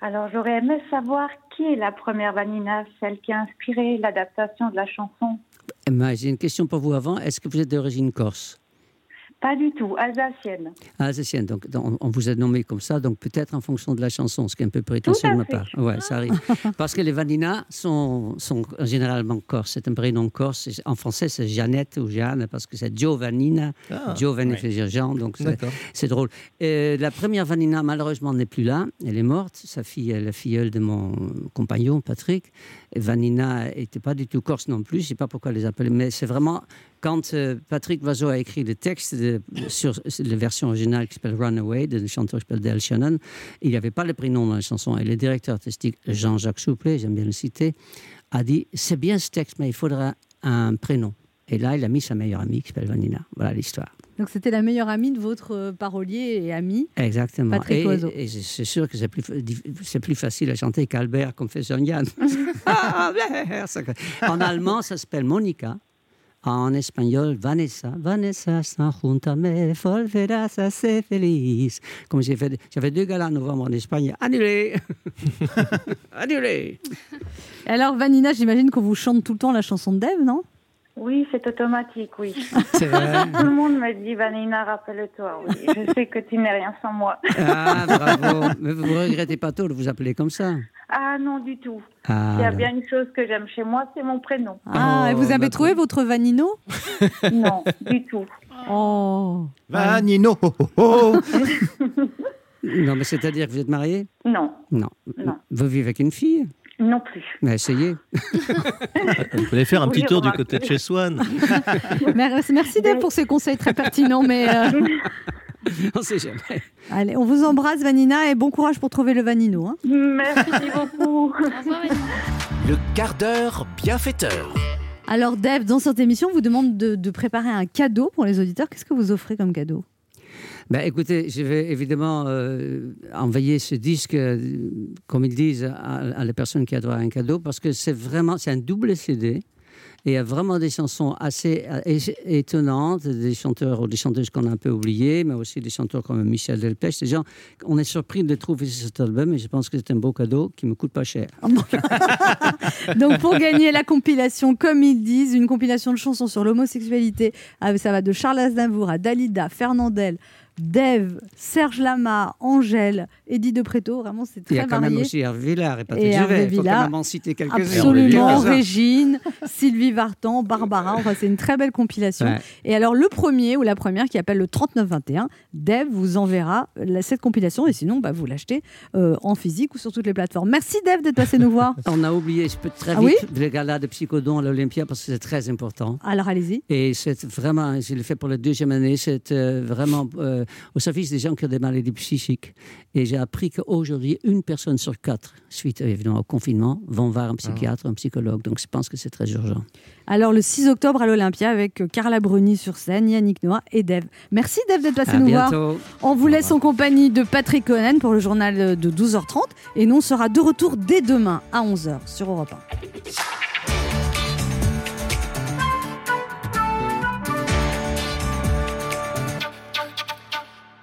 P: Alors j'aurais aimé savoir qui est la première Vanina, celle qui a inspiré l'adaptation de la chanson.
H: Eh ben, Emma, j'ai une question pour vous avant. Est-ce que vous êtes d'origine corse
P: Pas du tout, alsacienne.
H: Alsacienne, Ah, donc donc, on on vous a nommé comme ça, donc peut-être en fonction de la chanson, ce qui est un peu prétentieux
P: Tout à
H: de ma
P: fait.
H: part. Ouais, ça arrive. Parce que les Vanina sont, sont généralement corse, c'est un prénom corse. Et En français, c'est Jeannette ou Jeanne, parce que c'est Giovannina.
M: Ah,
H: Giovanni
M: ouais.
H: fait dire Jean, donc c'est-
M: D'accord.
H: c'est drôle. Euh, la première Vanina, malheureusement, n'est plus là. Elle est morte. Sa fille est la filleule de mon compagnon, Patrick. Et Vanina n'était pas du tout corse non plus. Je ne sais pas pourquoi les appeler. Mais c'est vraiment quand euh, Patrick Vazo a écrit le texte de- sur la version originale qui s'appelle Runaway, d'un chanteur qui s'appelle Dale Shannon, il n'y avait pas le prénom dans la chanson. Et le directeur artistique, Jean-Jacques Souplet, j'aime bien le citer, a dit C'est bien ce texte, mais il faudra un prénom. Et là, il a mis sa meilleure amie qui s'appelle Vanina. Voilà l'histoire.
B: Donc c'était la meilleure amie de votre euh, parolier et ami.
H: Exactement.
B: Patrick
H: Et-
B: Oiseau.
H: Et, c'est- c'est sûr que c'est plus, fa- dif- c'est plus facile à chanter qu'Albert comme fait Soniane. en allemand, ça s'appelle Monica. En espagnol, Vanessa. Vanessa está junto a me, volverás a ser feliz. Comme j'ai fait, j'avais deux galas en novembre en Espagne. Ah, Annulé Annulé
B: Alors Vanina, j'imagine qu'on vous chante tout le temps la chanson de Dave, non
P: Oui, c'est automatique, oui.
H: C'est vrai.
P: Tout le monde me dit, Vanina, rappelle-toi, oui. Je sais que tu n'es rien sans moi.
H: Ah, bravo Mais vous ne regrettez pas trop de vous appeler comme ça
P: Ah non, du tout.
H: Ah,
P: Il y a
H: là.
P: bien une chose que j'aime chez moi, c'est mon prénom.
B: Ah, et vous avez trouvé votre Vanino
P: Non, du tout.
B: Oh
H: Vanino Non, mais c'est-à-dire que vous êtes marié
P: Non,
H: Non. Vous vivez avec une fille
P: non plus.
H: Mais essayez.
E: Vous pouvez faire un petit
B: Oui,
E: tour du
B: remarquez.
E: côté de chez Swan.
B: Mer- Merci Dave pour ces conseils très pertinents, mais euh,
H: On sait jamais.
B: allez, on vous embrasse Vanina et bon courage pour trouver le Vanino. hein.
P: Merci beaucoup.
A: Le quart d'heure bienfaiteur.
B: Alors Dave, dans cette émission, on vous demande de, de préparer un cadeau pour les auditeurs. Qu'est-ce que vous offrez comme cadeau
H: Ben, écoutez, je vais évidemment euh, envoyer ce disque, euh, comme ils disent, à, à la personne qui a droit à un cadeau, parce que c'est vraiment, c'est un double CD. Et il y a vraiment des chansons assez euh, é- étonnantes, des chanteurs ou des chanteuses qu'on a un peu oubliées, mais aussi des chanteurs comme Michel Delpech. Des gens, on est surpris de les trouver sur cet album, et je pense que c'est un beau cadeau qui me coûte pas cher.
B: Donc pour gagner la compilation, comme ils disent, une compilation de chansons sur l'homosexualité, ah, ça va de Charles Aznavour à Dalida, Fernandel, Dave, Serge Lama, Angèle, Eddie De Preto. Vraiment, c'est
H: Il
B: très
H: y a quand
B: varié.
H: même aussi Hervé Villard et Patrick
B: Et Hervé
H: Juvet. Il faut quand
B: Villard.
H: même en citer quelques-uns.
B: Absolument,
H: Quelques-uns.
B: Régine, Sylvie Vartan, Barbara, enfin c'est une très belle compilation.
H: Ouais.
B: Et alors le premier ou la première qui appelle le 3921, Dave vous enverra la- cette compilation et sinon bah, vous l'achetez euh, en physique ou sur toutes les plateformes. Merci Dave d'être passé nous voir.
H: On a oublié, je peux très
B: Ah
H: vite, le gala de Psychodon à l'Olympia parce que c'est très important.
B: Alors allez-y.
H: Et c'est vraiment, je l'ai fait pour la deuxième année, c'est euh, vraiment euh, au service des gens qui ont des maladies psychiques. Et j'ai appris qu'aujourd'hui, une personne sur quatre, suite euh, évidemment au confinement, vont voir un psychiatre, un psychologue. Donc je pense que c'est très urgent.
B: Alors le 6 octobre à l'Olympia avec euh, Carla Bruni sur scène, Yannick Noah et Dave. Merci Dave d'être passé
H: À
B: nous voir.
H: bientôt.
B: On vous laisse en compagnie de Patrick Cohen euh, pour le journal de 12h30 et nous on sera de retour dès demain à 11h sur Europe 1.